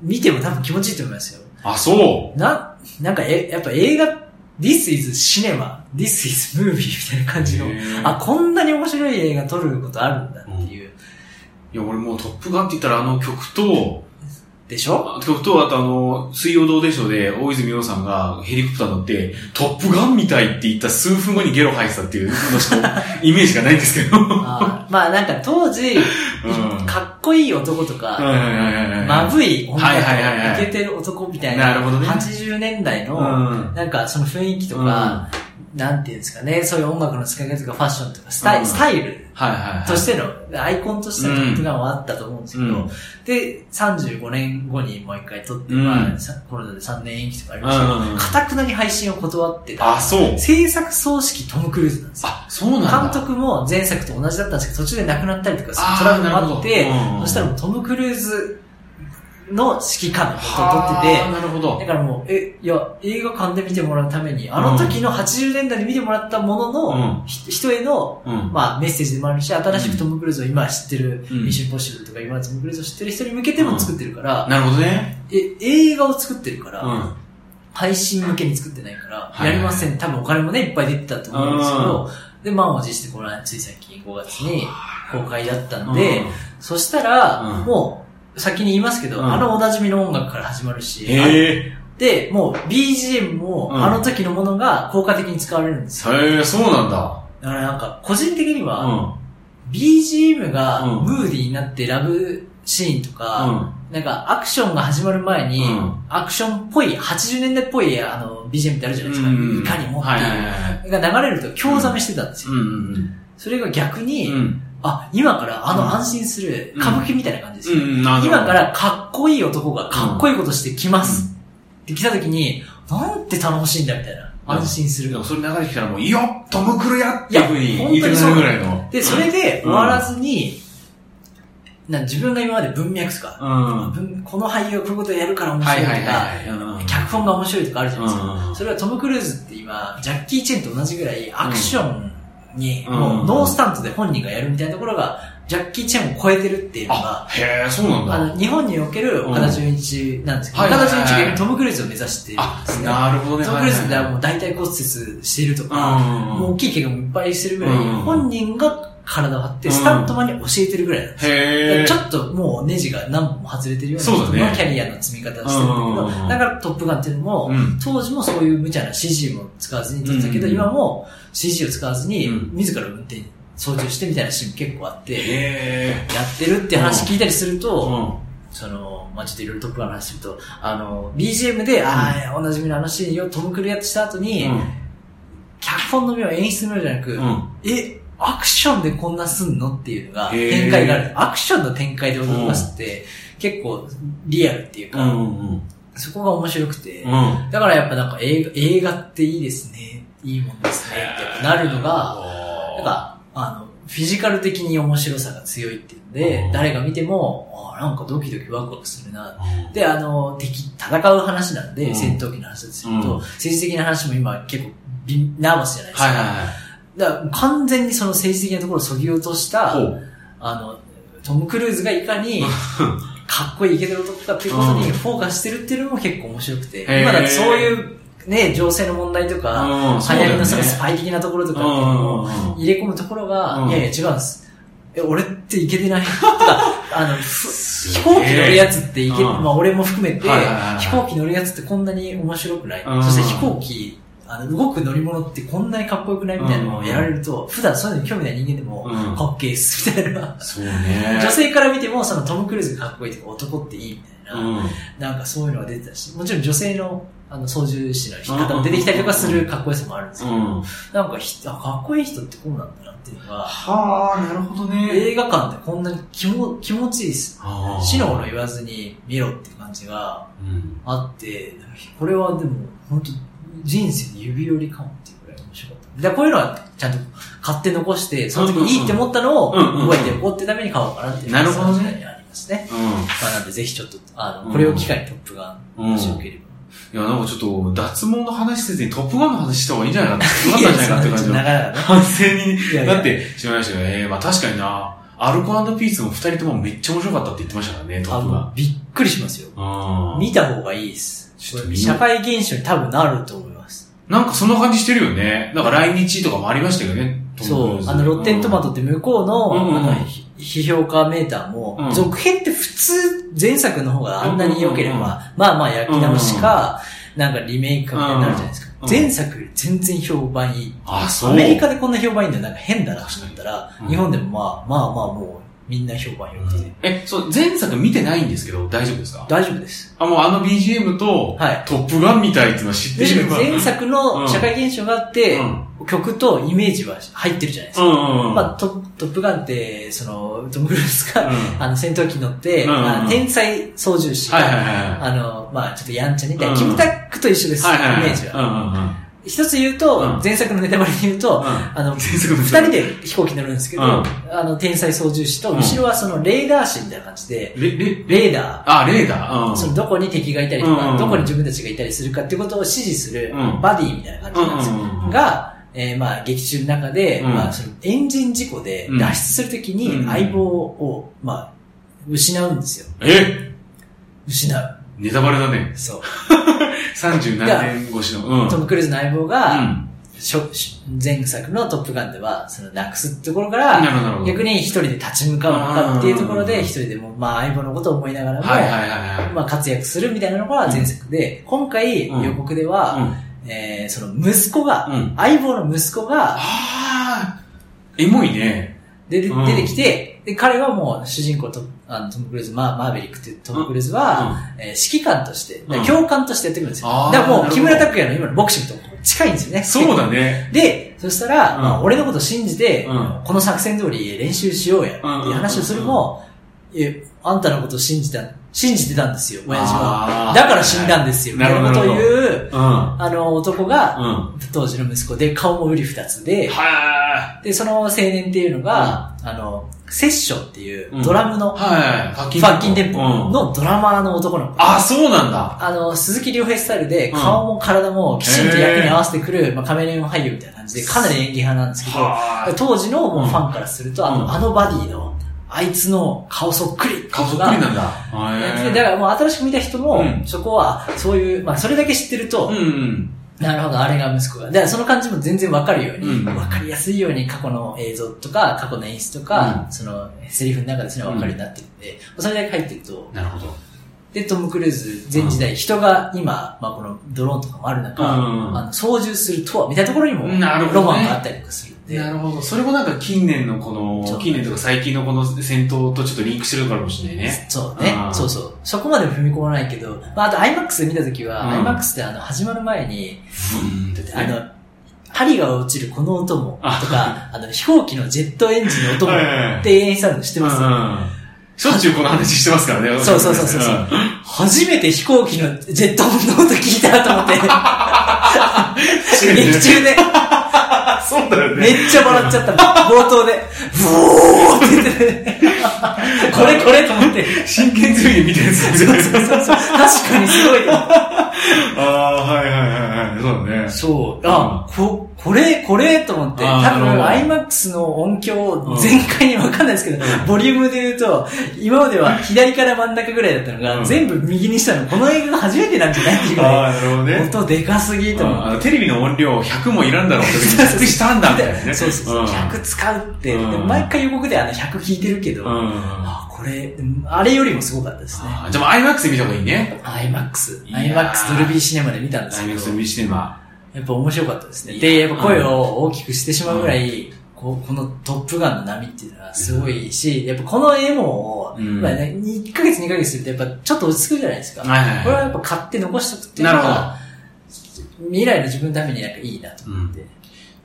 [SPEAKER 2] 見ても多分気持ちいいと思いますよ。
[SPEAKER 3] あ、そう。
[SPEAKER 2] な、なんかえ、やっぱ映画、This is cinema, this is movie みたいな感じの
[SPEAKER 3] へー、
[SPEAKER 2] あ、こんなに面白い映画撮ることあるんだっていう。
[SPEAKER 3] いや、俺もうトップガンって言ったらあの曲と、
[SPEAKER 2] でしょ
[SPEAKER 3] あ曲と、あとあの、水曜どうでしょうで、大泉洋さんがヘリコプター乗って、トップガンみたいって言った数分後にゲロ吐いてたっていうのしか、イメージがないんです けど。うん。はい
[SPEAKER 2] あーまあなんか当時、
[SPEAKER 3] うん
[SPEAKER 2] かっこいい男と
[SPEAKER 3] は
[SPEAKER 2] か、
[SPEAKER 3] いはいはい。
[SPEAKER 2] まぶい女
[SPEAKER 3] はいはいはい
[SPEAKER 2] と
[SPEAKER 3] はい
[SPEAKER 2] か、イケてる男みたい
[SPEAKER 3] な
[SPEAKER 2] な、
[SPEAKER 3] るほどね
[SPEAKER 2] 80年代
[SPEAKER 3] う
[SPEAKER 2] の、
[SPEAKER 3] ん。
[SPEAKER 2] なんかその雰囲気とか、なんていうんですかね、そういう音楽の使い方とかファッションとか、スタイ
[SPEAKER 3] うん
[SPEAKER 2] ル、スタイル
[SPEAKER 3] はいはいはい。
[SPEAKER 2] としての、アイコンとしてのトップガンはあったと思うんですけど、
[SPEAKER 3] うん
[SPEAKER 2] で、35年後にもう一回撮って、
[SPEAKER 3] うん
[SPEAKER 2] まあ、さコロナで3年延期とかありましたけ
[SPEAKER 3] うんうんう
[SPEAKER 2] ど、
[SPEAKER 3] ん
[SPEAKER 2] かたくなに配信を断って
[SPEAKER 3] あ、
[SPEAKER 2] た、
[SPEAKER 3] そう。
[SPEAKER 2] 制作葬式トム・クルーズなんですよ。
[SPEAKER 3] あ、そうなんだ。
[SPEAKER 2] 監督も前作と同じだったんですけど、途中で亡くなったりとか
[SPEAKER 3] あー
[SPEAKER 2] するトラブルもあって
[SPEAKER 3] なるほどうん、
[SPEAKER 2] そしたらもうトム・クルーズの指揮官のことを
[SPEAKER 3] は
[SPEAKER 2] 撮
[SPEAKER 3] あ
[SPEAKER 2] ってて、
[SPEAKER 3] なるほ
[SPEAKER 2] だ
[SPEAKER 3] ど。
[SPEAKER 2] からもう、え、いや、映画館で見てもらうために、あの時の80年代で見てもらったものの、
[SPEAKER 3] うん
[SPEAKER 2] ひ人への
[SPEAKER 3] うん。
[SPEAKER 2] まあ、メッセージでもあるし、新し
[SPEAKER 3] うん
[SPEAKER 2] くトム・クルーズを今知ってる、
[SPEAKER 3] うん
[SPEAKER 2] ミッション・インポッシブルとか今のトム・クルーズを知ってる人に向けても作ってるから、
[SPEAKER 3] なるほどね。
[SPEAKER 2] え映画を作ってるから、
[SPEAKER 3] うん。
[SPEAKER 2] 配信向けに作ってないから、
[SPEAKER 3] はい
[SPEAKER 2] やりません。多分お金もね、いっぱい出てたと思うんですけど、で、満を持してこの、つい最近5月に公開だったんで、そしたら、
[SPEAKER 3] うん
[SPEAKER 2] もう、先に言いますけど、
[SPEAKER 3] うん
[SPEAKER 2] あのおなじみの音楽から始まるし、
[SPEAKER 3] うん、へえ。
[SPEAKER 2] で、もう BGM も、
[SPEAKER 3] うん
[SPEAKER 2] あの時のものが効果的に使われるんですよ。
[SPEAKER 3] へえ、そうなんだ。
[SPEAKER 2] だからなんか、個人的には、
[SPEAKER 3] う
[SPEAKER 2] BGM が
[SPEAKER 3] うん
[SPEAKER 2] ムーディーになってラブシーンとか、なんかアクションが始まる前に、
[SPEAKER 3] うん
[SPEAKER 2] アクションっぽい、80年代っぽいあの BGM ってあるじゃないですか。
[SPEAKER 3] うん
[SPEAKER 2] いかにもって
[SPEAKER 3] はいはい
[SPEAKER 2] い。
[SPEAKER 3] はいう
[SPEAKER 2] が流れると興ざめしてたんですよ。
[SPEAKER 3] うんうん
[SPEAKER 2] それが逆
[SPEAKER 3] うん。
[SPEAKER 2] に、
[SPEAKER 3] うん。
[SPEAKER 2] あ、今からあの安心する
[SPEAKER 3] うん
[SPEAKER 2] 歌舞伎みたいな感じです
[SPEAKER 3] う
[SPEAKER 2] よ。
[SPEAKER 3] ん、なるほど
[SPEAKER 2] 今か、らかっこいい男がかっこいいことしてきます。って来た時に、なんて楽しいんだみたいな。安心する
[SPEAKER 3] で。もそれ流れてきたらもう、いいよトム・クルやって
[SPEAKER 2] いや
[SPEAKER 3] いうふうに言ってくれるぐらいの。
[SPEAKER 2] で、それで終わらずに、なん自分が今まで文脈とか、
[SPEAKER 3] うん。は
[SPEAKER 2] 文この俳優がこういうことやるから
[SPEAKER 3] い
[SPEAKER 2] 面
[SPEAKER 3] は
[SPEAKER 2] 白い
[SPEAKER 3] い
[SPEAKER 2] とか、
[SPEAKER 3] はいはいうん。
[SPEAKER 2] 脚本が面白いとかあるじゃないですか。
[SPEAKER 3] うん
[SPEAKER 2] それはトム・クルーズって今、ジャッキー・チェンと同じぐらいアクションに、
[SPEAKER 3] うん
[SPEAKER 2] もうノースタントで本人がやるみたいなところが、ジャッキー・チェンを超えてるっていうのが、、
[SPEAKER 3] あへえ、そうなん
[SPEAKER 2] あ
[SPEAKER 3] だ。
[SPEAKER 2] の、日本における岡田准一なんですけど、
[SPEAKER 3] うん
[SPEAKER 2] 岡田准一
[SPEAKER 3] はい
[SPEAKER 2] が
[SPEAKER 3] はいはい
[SPEAKER 2] 今トム・クルーズを目指してるん
[SPEAKER 3] あ
[SPEAKER 2] です、ね。
[SPEAKER 3] なるほどね。
[SPEAKER 2] トム・クルーズって
[SPEAKER 3] はい
[SPEAKER 2] は
[SPEAKER 3] はい
[SPEAKER 2] もう大体骨折してるとか、
[SPEAKER 3] はいうん。
[SPEAKER 2] もう大きい怪我もいっぱいしてるぐらい、
[SPEAKER 3] うん
[SPEAKER 2] 本人が体を張って、スタントマンに教えてるぐらいなんですよ。
[SPEAKER 3] へえ。
[SPEAKER 2] ちょっともうネジが何本も外れてるような人
[SPEAKER 3] そ
[SPEAKER 2] の
[SPEAKER 3] うだね
[SPEAKER 2] キャリアの積み方をしてるんだ
[SPEAKER 3] うんう
[SPEAKER 2] け
[SPEAKER 3] んうんう
[SPEAKER 2] ど、だ
[SPEAKER 3] ん
[SPEAKER 2] からトップガンっていうのも
[SPEAKER 3] うん、
[SPEAKER 2] 当時もそういう無茶な CG も使わずに撮ってたけど、
[SPEAKER 3] うんうんうん
[SPEAKER 2] 今も CG を使わずに
[SPEAKER 3] うん、
[SPEAKER 2] 自ら運転、操縦してみたいなシーン結構あって、や
[SPEAKER 3] へえ。
[SPEAKER 2] ってるって話聞いたりする
[SPEAKER 3] う
[SPEAKER 2] と、
[SPEAKER 3] ん。
[SPEAKER 2] その、まあ、ちょっといろいろトップガンの話すると、あの、BGM で、ああ、おなじみのあのシーンをトム・クルーやってした後に、脚本の妙、演出の妙じゃなく、
[SPEAKER 3] うん。
[SPEAKER 2] え、アクションでこんなすんのっていうのが、
[SPEAKER 3] へー
[SPEAKER 2] 展開がある。アクションの展開で驚かすって、結構リアルっていう
[SPEAKER 3] う
[SPEAKER 2] か、
[SPEAKER 3] ん。うん。
[SPEAKER 2] そこが面白くて、
[SPEAKER 3] うん。
[SPEAKER 2] だからやっぱなんか映画映画っていいですね、いいもんですねってやっぱなるのが、なんか、あの、フィジカル的に面白さが強いっていうので、
[SPEAKER 3] うん
[SPEAKER 2] 誰が見ても、あなんかドキドキワクワクするな
[SPEAKER 3] うん
[SPEAKER 2] で、あの、敵、戦う話なんで、
[SPEAKER 3] うん
[SPEAKER 2] 戦闘機の話ですると、
[SPEAKER 3] うん
[SPEAKER 2] 政治的な話も今結構ビ、ナーバスじゃないですか。
[SPEAKER 3] はいはいはい。
[SPEAKER 2] だから完全にその政治的なところをそぎ落とした、
[SPEAKER 3] ほ
[SPEAKER 2] あ
[SPEAKER 3] う
[SPEAKER 2] の、トム・クルーズがいか に、かっこいいイケてる男かっていうこと
[SPEAKER 3] う
[SPEAKER 2] に
[SPEAKER 3] ん
[SPEAKER 2] フォーカスしてるっていうのも結構面白くて、
[SPEAKER 3] へー
[SPEAKER 2] 今だってそういう、ね、情勢の問題とか、
[SPEAKER 3] うんそう
[SPEAKER 2] 流行
[SPEAKER 3] だよ
[SPEAKER 2] り
[SPEAKER 3] ね
[SPEAKER 2] のそのスパイ的なところとかっていうのを入れ込むところが、
[SPEAKER 3] うん
[SPEAKER 2] いやいや違うんです。え、俺っていけてないとか、あの、ふ飛行機乗る
[SPEAKER 3] や
[SPEAKER 2] やつっていけ、
[SPEAKER 3] うん
[SPEAKER 2] まあ俺も含めて、
[SPEAKER 3] はいはいはいはい
[SPEAKER 2] 飛行機乗るやつってこんなに面白くない、
[SPEAKER 3] うん
[SPEAKER 2] そして飛行機、あの、動く乗り物ってこんなにかっこよくないみたいなのをやられると、普段そういうのに興味ない人間でも、
[SPEAKER 3] うん
[SPEAKER 2] かっけーっす、みたいな。
[SPEAKER 3] そうね。
[SPEAKER 2] 女性から見ても、そのトム・クルーズがかっこいいとか、男っていいみたいな、
[SPEAKER 3] うん。
[SPEAKER 2] なんかそういうのが出てたし、もちろん女性の、あの、操縦士の方も出てきたりとかするかっこよさもあるんですけど、
[SPEAKER 3] うん。
[SPEAKER 2] なんかひあかっこいい人ってこうなんだなっていうのが、
[SPEAKER 3] はあ、なるほどね。
[SPEAKER 2] 映画館でこんなに気も気持ちいいっす。
[SPEAKER 3] あー
[SPEAKER 2] 死のもの言わずに見ろって感じが
[SPEAKER 3] うん
[SPEAKER 2] あって、これはでも、本当人生の指折りかもっていうくらい面白かったで、こういうのはちゃんと買って残して、その時いいって思ったのを
[SPEAKER 3] うんうんうん
[SPEAKER 2] 覚えておこうってために買おうかなっていう
[SPEAKER 3] なるほどね
[SPEAKER 2] 感じにありますね。
[SPEAKER 3] う
[SPEAKER 2] まあなんでぜひちょっと、あの、これを機会にトップガン、もしよければ。
[SPEAKER 3] ん。いや、なんかちょっと、脱毛の話せずにトップガンの話した方がいいんじゃないかな。よかったんじゃないかって感じ
[SPEAKER 2] い
[SPEAKER 3] の
[SPEAKER 2] や。なかなかね。
[SPEAKER 3] 反省に
[SPEAKER 2] いやいや
[SPEAKER 3] だって、しまいましたけど、えー、まあ確かにな、アルコピースも二人ともめっちゃ面白かったって言ってましたからね、ト
[SPEAKER 2] あ
[SPEAKER 3] ップが。
[SPEAKER 2] の、びっくりしますよ。
[SPEAKER 3] うん
[SPEAKER 2] 見た方がいいです。
[SPEAKER 3] ちょっと見よ
[SPEAKER 2] 社
[SPEAKER 3] う
[SPEAKER 2] 会現象に多分なると思います。
[SPEAKER 3] なんかそんな感じしてるよね。なんか来日とかもありましたよね、
[SPEAKER 2] そう。あの、ロッテントマトって向こうの、
[SPEAKER 3] うんうんうん
[SPEAKER 2] あの、ひ批評家メーターも、
[SPEAKER 3] うん
[SPEAKER 2] 続編って普通、前作の方があんなに良ければ、
[SPEAKER 3] うんうん
[SPEAKER 2] まあまあ焼き直しか、なんかリメイクかみたいになるじゃないですか。
[SPEAKER 3] うん
[SPEAKER 2] 前作より全然評判いい。
[SPEAKER 3] あ、そう。
[SPEAKER 2] アメリカでこんな評判いいんだよ、なんか変だなと思ったら、
[SPEAKER 3] うん
[SPEAKER 2] 日本でもまあまあまあもう、みんな評判良くて。
[SPEAKER 3] え、そう、前作見てないんですけど、大丈夫ですか
[SPEAKER 2] 大丈夫です。
[SPEAKER 3] あ、もうあの BGM と、
[SPEAKER 2] はい
[SPEAKER 3] トップガンみたいっていうのは知って
[SPEAKER 2] むし
[SPEAKER 3] い
[SPEAKER 2] ろ
[SPEAKER 3] れば。
[SPEAKER 2] 前作の社会現象があって、
[SPEAKER 3] う
[SPEAKER 2] 曲とイメージは入ってるじゃないですか。
[SPEAKER 3] うんうんうん
[SPEAKER 2] まあ、トトップガンって、その、トム・クルーズ
[SPEAKER 3] う
[SPEAKER 2] が、
[SPEAKER 3] ん
[SPEAKER 2] あの、戦闘機に乗って、
[SPEAKER 3] うんうんうん
[SPEAKER 2] まあ天才操縦士が、
[SPEAKER 3] はいはいはいはい。
[SPEAKER 2] あの、まあ、ちょっとやんちゃね。
[SPEAKER 3] うんうん
[SPEAKER 2] キムタックと一緒です、
[SPEAKER 3] はいはいはい。
[SPEAKER 2] イメージは。
[SPEAKER 3] は。
[SPEAKER 2] 一つ言うと、
[SPEAKER 3] うん
[SPEAKER 2] 前作のネタバレで言うと、
[SPEAKER 3] うんうんうん。
[SPEAKER 2] あの、
[SPEAKER 3] 前作の
[SPEAKER 2] 二人で飛行機乗るんですけど、
[SPEAKER 3] うん
[SPEAKER 2] あの、天才操縦士と、
[SPEAKER 3] うん
[SPEAKER 2] 後ろはそのレーダー士みたいな感じで、
[SPEAKER 3] レ、レ、
[SPEAKER 2] レーダー、
[SPEAKER 3] あ、レーダー。うん。
[SPEAKER 2] そのどこに敵がいたりと
[SPEAKER 3] うん
[SPEAKER 2] か、
[SPEAKER 3] うん
[SPEAKER 2] どこに自分たちがいたりするかってことを指示する
[SPEAKER 3] うん、
[SPEAKER 2] バディみたいな感じなんですよ。
[SPEAKER 3] うんうんうん
[SPEAKER 2] が、えーまあ、劇中の中で、
[SPEAKER 3] うん
[SPEAKER 2] まあ、そのエンジン事故で
[SPEAKER 3] うん
[SPEAKER 2] 脱出するとき
[SPEAKER 3] うんう
[SPEAKER 2] に
[SPEAKER 3] ん
[SPEAKER 2] 相棒を、まあ、失うんですよ。
[SPEAKER 3] え
[SPEAKER 2] 失う。
[SPEAKER 3] ネタバレだね。
[SPEAKER 2] そう。
[SPEAKER 3] 37年越しの。うん。
[SPEAKER 2] トム・クルーズの相棒
[SPEAKER 3] う
[SPEAKER 2] が、
[SPEAKER 3] ん
[SPEAKER 2] しょし前作のトップガンでは、そのなくすところか
[SPEAKER 3] なる
[SPEAKER 2] ら、
[SPEAKER 3] ほどなるほど。
[SPEAKER 2] 逆に一人で立ち向かうのかっていうところ
[SPEAKER 3] うん
[SPEAKER 2] で、一人でも、まあ、相棒のことを思いながらも、
[SPEAKER 3] はいはいはいはい。
[SPEAKER 2] まあ、活躍するみたいなのが前作で、今回
[SPEAKER 3] うん
[SPEAKER 2] 予告では、えー、その息子が、
[SPEAKER 3] うん。うん。
[SPEAKER 2] 相棒の息子が
[SPEAKER 3] あー、エモいね。
[SPEAKER 2] 出て,、
[SPEAKER 3] うん
[SPEAKER 2] 出てきて、で、彼はもう主人公と、あのトム・クルーズ、まあ、マーベリックっていうトム・クルーズは、えー指揮官として、
[SPEAKER 3] うん
[SPEAKER 2] 教官としてやってくるんですよ。
[SPEAKER 3] あー
[SPEAKER 2] だから
[SPEAKER 3] な
[SPEAKER 2] もう、
[SPEAKER 3] るほど
[SPEAKER 2] 木村拓哉の今のボクシングと近いんですよね。
[SPEAKER 3] そう
[SPEAKER 2] だ。
[SPEAKER 3] だね。
[SPEAKER 2] で、そしたら、
[SPEAKER 3] うん
[SPEAKER 2] まあ、俺のこと信じて、
[SPEAKER 3] うん
[SPEAKER 2] この作戦通り練習しようや、っていう話をするも、え、あんたのことを信じた、信じてたんですよ、親父
[SPEAKER 3] あ
[SPEAKER 2] は。
[SPEAKER 3] ー
[SPEAKER 2] だから死んだんですよ、み
[SPEAKER 3] な
[SPEAKER 2] た
[SPEAKER 3] る
[SPEAKER 2] い
[SPEAKER 3] ほど
[SPEAKER 2] なことを言う、
[SPEAKER 3] うん。は
[SPEAKER 2] あの、男が、
[SPEAKER 3] う
[SPEAKER 2] 当時の息子で、顔も売り二つで、
[SPEAKER 3] は
[SPEAKER 2] で、その青年っていうのが、あの、セッションっていうドラムの、
[SPEAKER 3] い。はい。パッ
[SPEAKER 2] ファッキンテンポ
[SPEAKER 3] うん。
[SPEAKER 2] のドラマーの男の子。
[SPEAKER 3] あ、そうなんだ。
[SPEAKER 2] あの、鈴木亮平スタイルで、
[SPEAKER 3] うん
[SPEAKER 2] 顔も体もきちんと役に合わせてくる、まあ、カメレオン俳優みたいな感じで、かなり演技派なんですけど、
[SPEAKER 3] は
[SPEAKER 2] 当時のもうファンからすると、あ
[SPEAKER 3] うん
[SPEAKER 2] の、あのバディの、あいつの顔そっくり。
[SPEAKER 3] い。顔そっくりなんだ。
[SPEAKER 2] やつ
[SPEAKER 3] は
[SPEAKER 2] でだからもう新しく見た人も、
[SPEAKER 3] うん
[SPEAKER 2] そこは、そういう、まあ、それだけ知ってると、
[SPEAKER 3] うんうん。
[SPEAKER 2] なるほど、あれが息子が。だからその感じも全然わかるように、わ、
[SPEAKER 3] うん
[SPEAKER 2] かりやすいように過去の映像とか、過去の演出とか、そのセリフの中でそれはわかるようになってるんで、それだけ入ってると。
[SPEAKER 3] なるほど。
[SPEAKER 2] で、トム・クルーズ全時代、人が今、まあこのドローンとかもある中、
[SPEAKER 3] うん
[SPEAKER 2] あの操縦するとは、みたいなところにも、
[SPEAKER 3] なるほどね
[SPEAKER 2] ロマンがあったりとかするんで、
[SPEAKER 3] なるほど。それもなんか近年のこ
[SPEAKER 2] ちょっ
[SPEAKER 3] の、
[SPEAKER 2] と
[SPEAKER 3] 近年とか最近のこの戦闘とちょっとリンクしてるからもしれないね。
[SPEAKER 2] そうね、
[SPEAKER 3] うん
[SPEAKER 2] そうそう。そこまでも踏み込まないけど、まああと IMAX で見たときは、
[SPEAKER 3] うん
[SPEAKER 2] IMAX ってあの、始まる前に、
[SPEAKER 3] うん。だって
[SPEAKER 2] あ
[SPEAKER 3] ね
[SPEAKER 2] の、針が落ちるこの音も、と か、あの、飛行機のジェットエンジンの音も、
[SPEAKER 3] はいはいはい
[SPEAKER 2] って演出あるの知って
[SPEAKER 3] うんう
[SPEAKER 2] ます
[SPEAKER 3] ん。しょっちゅうこの話してますからね。
[SPEAKER 2] そうそうそうそうそうん初めて飛行機のジェットの音聞いたと思 って、
[SPEAKER 3] 確か にね
[SPEAKER 2] 劇中で
[SPEAKER 3] あ、そうだよ
[SPEAKER 2] め
[SPEAKER 3] ね。
[SPEAKER 2] っちゃ笑っちゃったの。冒頭で、ブオーって言って て、これこれと思って。
[SPEAKER 3] 真剣強いで見てるやつ
[SPEAKER 2] そうそうそうそう。確かにすごいと思って。
[SPEAKER 3] ああー、はいはいはいはい。そうだね。
[SPEAKER 2] そう。あ、こ、これ、これと思って、
[SPEAKER 3] あー
[SPEAKER 2] 多分
[SPEAKER 3] な
[SPEAKER 2] IMAX の音響、全開にわかんないですけど、ボリュームで言うと、今までは左から真ん中ぐらいだったの
[SPEAKER 3] う
[SPEAKER 2] が、
[SPEAKER 3] ん
[SPEAKER 2] 全部右にしたの、この映画が初めてなんじゃないっていうぐ
[SPEAKER 3] あ
[SPEAKER 2] ら
[SPEAKER 3] あ、なるほど
[SPEAKER 2] い、
[SPEAKER 3] ね。
[SPEAKER 2] 音でかすぎと思っ
[SPEAKER 3] あのテレビの音量100もいらんだろうって時に100したんだみたいな
[SPEAKER 2] て。
[SPEAKER 3] ね。
[SPEAKER 2] そうそうそう。
[SPEAKER 3] ん
[SPEAKER 2] 100使うって、で
[SPEAKER 3] うん
[SPEAKER 2] 毎回予告であの100弾いてるけど、
[SPEAKER 3] うん。
[SPEAKER 2] あ、これ、うんあれよりもすごかったですね。
[SPEAKER 3] あーじゃあもう IMAX で見た方がいいね。
[SPEAKER 2] IMAX。
[SPEAKER 3] いやー
[SPEAKER 2] IMAX ドルビーシネマで見たんですけ
[SPEAKER 3] IMAX
[SPEAKER 2] ど
[SPEAKER 3] の、ミシネマ。
[SPEAKER 2] やっぱ面白かったですね。
[SPEAKER 3] いや
[SPEAKER 2] で、やっぱ声を大きくしてしまうぐらい、こうこのトップガンの波っていうのはすごいし、やっぱこのエモを、
[SPEAKER 3] うん
[SPEAKER 2] まあね、1ヶ月2ヶ月するとやっぱちょっと落ち着くじゃないですか。
[SPEAKER 3] はいはいはい
[SPEAKER 2] これはやっぱ買って残しとくっていうの
[SPEAKER 3] な
[SPEAKER 2] が、未来の自分のためになんかいいなと思って。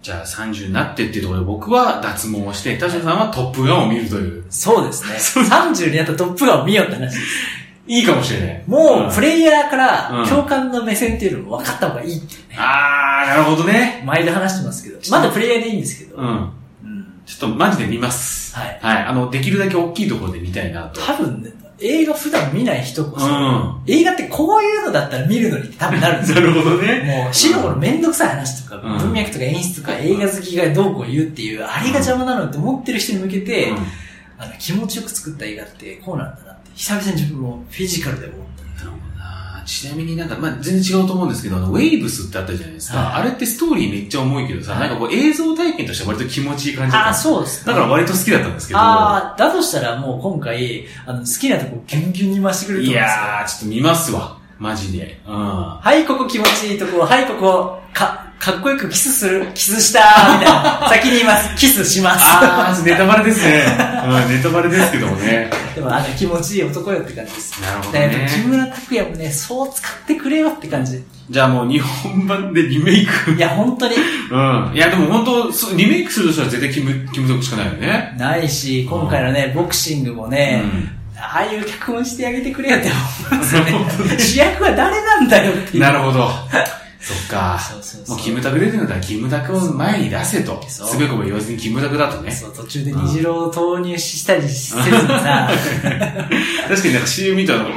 [SPEAKER 3] じゃあ30になってっていうところで僕は脱毛をして、田代さんはトップガンを見るという。
[SPEAKER 2] そうですね。30になったトップガンを見ようって話です。
[SPEAKER 3] いいかもしれない。
[SPEAKER 2] もう、プ
[SPEAKER 3] レ
[SPEAKER 2] レイヤーから
[SPEAKER 3] うん
[SPEAKER 2] 共感の目線っていうのも分かった方がいいってね。
[SPEAKER 3] あー、なるほどね。
[SPEAKER 2] 前で話してますけど。まだプレイヤーでいいんですけど。
[SPEAKER 3] うん。
[SPEAKER 2] うん
[SPEAKER 3] ちょっとマジで見ます。
[SPEAKER 2] はい
[SPEAKER 3] はい。あの、できるだけ大きいところで見たいなと。
[SPEAKER 2] 多分ね、映画普段見ない人こそ、
[SPEAKER 3] うん
[SPEAKER 2] 映画ってこういうのだったら見るのに多分なるんです
[SPEAKER 3] な
[SPEAKER 2] よ。
[SPEAKER 3] るほどね。
[SPEAKER 2] もう、死ぬほどめんどくさい話とか、
[SPEAKER 3] うん
[SPEAKER 2] 文脈とか演出とか映画好きがどうこう言うっていう、あれが邪魔なのって思ってる人に向けて、
[SPEAKER 3] うん
[SPEAKER 2] あの気持ちよく作った映画ってこうなんだなって、久々に自分もフィジカルで思った。
[SPEAKER 3] なるほどなちなみになんか、まあ、全然違うと思うんですけど、あの、ウェイブスってあったじゃないですか。
[SPEAKER 2] はい
[SPEAKER 3] あれってストーリーめっちゃ重いけどさ、
[SPEAKER 2] はい
[SPEAKER 3] なんかこう映像体験としては割と気持ちいい感じだ
[SPEAKER 2] あ
[SPEAKER 3] った
[SPEAKER 2] あ、そうです、
[SPEAKER 3] だから割と好きだったんですけど、
[SPEAKER 2] ああ、だとしたらもう今回、あの、好きなとこギュンギュンに増してくれると
[SPEAKER 3] い
[SPEAKER 2] 思うんですよ。
[SPEAKER 3] やー、ちょっと見ますわ。マジで。 うん。
[SPEAKER 2] はい、ここ気持ちいいとこ、はい、ここ、か、かっこよくキスする、キスしたー、みたいな。先に言い ます。キスします。
[SPEAKER 3] あー、ネタバレですね。うん、ネタバレですけどもね。
[SPEAKER 2] でも、あの、気持ちいい男よって感じです。
[SPEAKER 3] なるほど
[SPEAKER 2] だから、木
[SPEAKER 3] ね。
[SPEAKER 2] 村拓哉もね、そう使ってくれよって感じ。い
[SPEAKER 3] じゃあもう日本版でリメイク。
[SPEAKER 2] や、本当に、
[SPEAKER 3] うん。いや、でも本当、そうリメイクするとしたら絶対キム、キムゾクしかないよね。
[SPEAKER 2] ないし、今回のね、ボクシングもね、
[SPEAKER 3] うん
[SPEAKER 2] ああいう脚本してあげてくれよって思いますよね。主役は誰なんだよっていう。
[SPEAKER 3] なるほど。そっか。
[SPEAKER 2] そうそうそう
[SPEAKER 3] もうキムタク出てるんだったら、キムタクを前に出せと。
[SPEAKER 2] そう
[SPEAKER 3] すべこも言わずにキムタクだとね。
[SPEAKER 2] そう、途中で虹郎を投入したりせずに さ、
[SPEAKER 3] 確かになんか CM 見たら、おーっ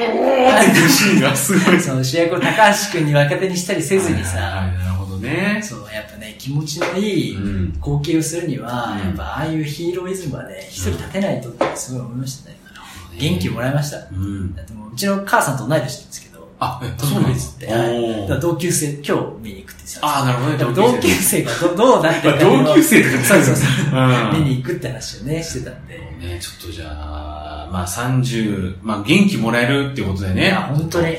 [SPEAKER 3] ていうシーンがすごい。
[SPEAKER 2] その主役を高橋君に若手にしたりせずにさ
[SPEAKER 3] はい、はいはいなるほどね。
[SPEAKER 2] そう、やっぱね、気持ちのいい
[SPEAKER 3] うん
[SPEAKER 2] 光景をするには、
[SPEAKER 3] うん
[SPEAKER 2] やっぱああいうヒーローイズムはね、一人立てないとってすごい思いましたね。元気もらいました。だ
[SPEAKER 3] うん。
[SPEAKER 2] ってもううちの母さんと同い年なんですけど、
[SPEAKER 3] あ、えそうなんです
[SPEAKER 2] っ。て、
[SPEAKER 3] お
[SPEAKER 2] はいだから
[SPEAKER 3] ー
[SPEAKER 2] 同級生、今日見に行くって言ってたん
[SPEAKER 3] あー、なるほどね。
[SPEAKER 2] ですよ。だから同級生がどどうなってるかっていうの
[SPEAKER 3] まあ
[SPEAKER 2] は
[SPEAKER 3] 同級生とかね
[SPEAKER 2] そうそうそう、
[SPEAKER 3] うん
[SPEAKER 2] 見に行くって話をね、してたんで。
[SPEAKER 3] ね、ちょっとじゃあ、まあ30、まあ元気もらえるってことで
[SPEAKER 2] い
[SPEAKER 3] ね。
[SPEAKER 2] や、本当に、うん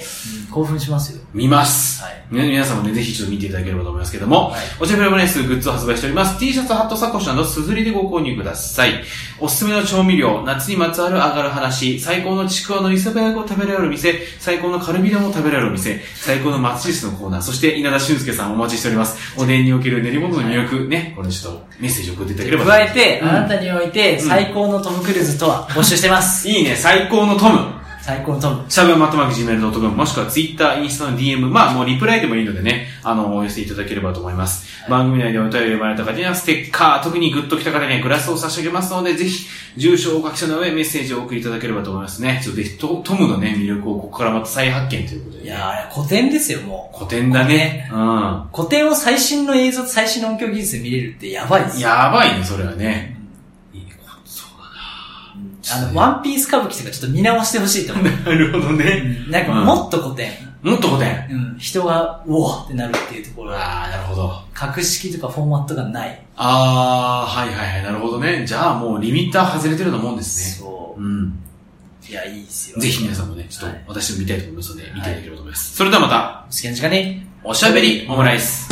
[SPEAKER 2] 興奮しますよ。
[SPEAKER 3] 見ます。
[SPEAKER 2] は
[SPEAKER 3] ね、皆さんもね、ぜひちょっと見ていただければと思いますけども、おしゃべりオムライスグッズを発売しております。T シャツ、ハット、サコッシュなど、すずりでご購入ください。おすすめの調味料、夏にまつわる上がる話、最高のちくわの磯辺揚げを食べられる店、最高のカルビ丼を食べられる店、最高のマチスのコーナー、そして稲田俊介さんお待ちしております。おでんにおける練り物の魅力、ね、これちょっとメッセージ送っていただければと思
[SPEAKER 2] 加
[SPEAKER 3] いま
[SPEAKER 2] え
[SPEAKER 3] す
[SPEAKER 2] て、
[SPEAKER 3] うん
[SPEAKER 2] あなたにおいて最高のトム・クルーズとは募集して ます。
[SPEAKER 3] いいね、最高のトム。
[SPEAKER 2] 最高のトム。
[SPEAKER 3] シャブマットマーク Gmail.com もしくは Twitter、インスタの DM、まあもうリプライでもいいのでね、あの、お寄せいただければと思います。番組内でお便りを読まれた方にはステッカー、特にグッときた方にはグラスを差し上げますので、ぜひ、住所をお書きしたの上メッセージをお送りいただければと思いますね。ちょっとぜひトトムのね、魅力をここからまた再発見ということで、
[SPEAKER 2] い
[SPEAKER 3] ね。
[SPEAKER 2] やー、あれ古典ですよ、も
[SPEAKER 3] 古典だね。うん。
[SPEAKER 2] う。古典を最新の映像と最新の音響技術で見れるってやばいですよ。
[SPEAKER 3] やばいね、それはね。いいねそう
[SPEAKER 2] うんあの、ワンピース歌舞伎とかちょっと見直してほしいと思う。
[SPEAKER 3] だなるほどね。
[SPEAKER 2] なんかもっと古典。
[SPEAKER 3] もっと古典。
[SPEAKER 2] うん。人が、うおーってなるっていうところは、
[SPEAKER 3] ああ、なるほど。
[SPEAKER 2] 格式とかフォーマットがない。
[SPEAKER 3] ああ、はいはいはい、なるほどね。じゃあもうリミッター外れてるようなもんですね。
[SPEAKER 2] そ
[SPEAKER 3] うん。
[SPEAKER 2] う。いや、いいですよ。
[SPEAKER 3] ぜひ皆さんもね、ちょっ
[SPEAKER 2] はい
[SPEAKER 3] と私も見たいと思いますので、
[SPEAKER 2] い
[SPEAKER 3] 見ていただければと思います。それではまた、
[SPEAKER 2] 好きな時間に、
[SPEAKER 3] おしゃべりオムライス。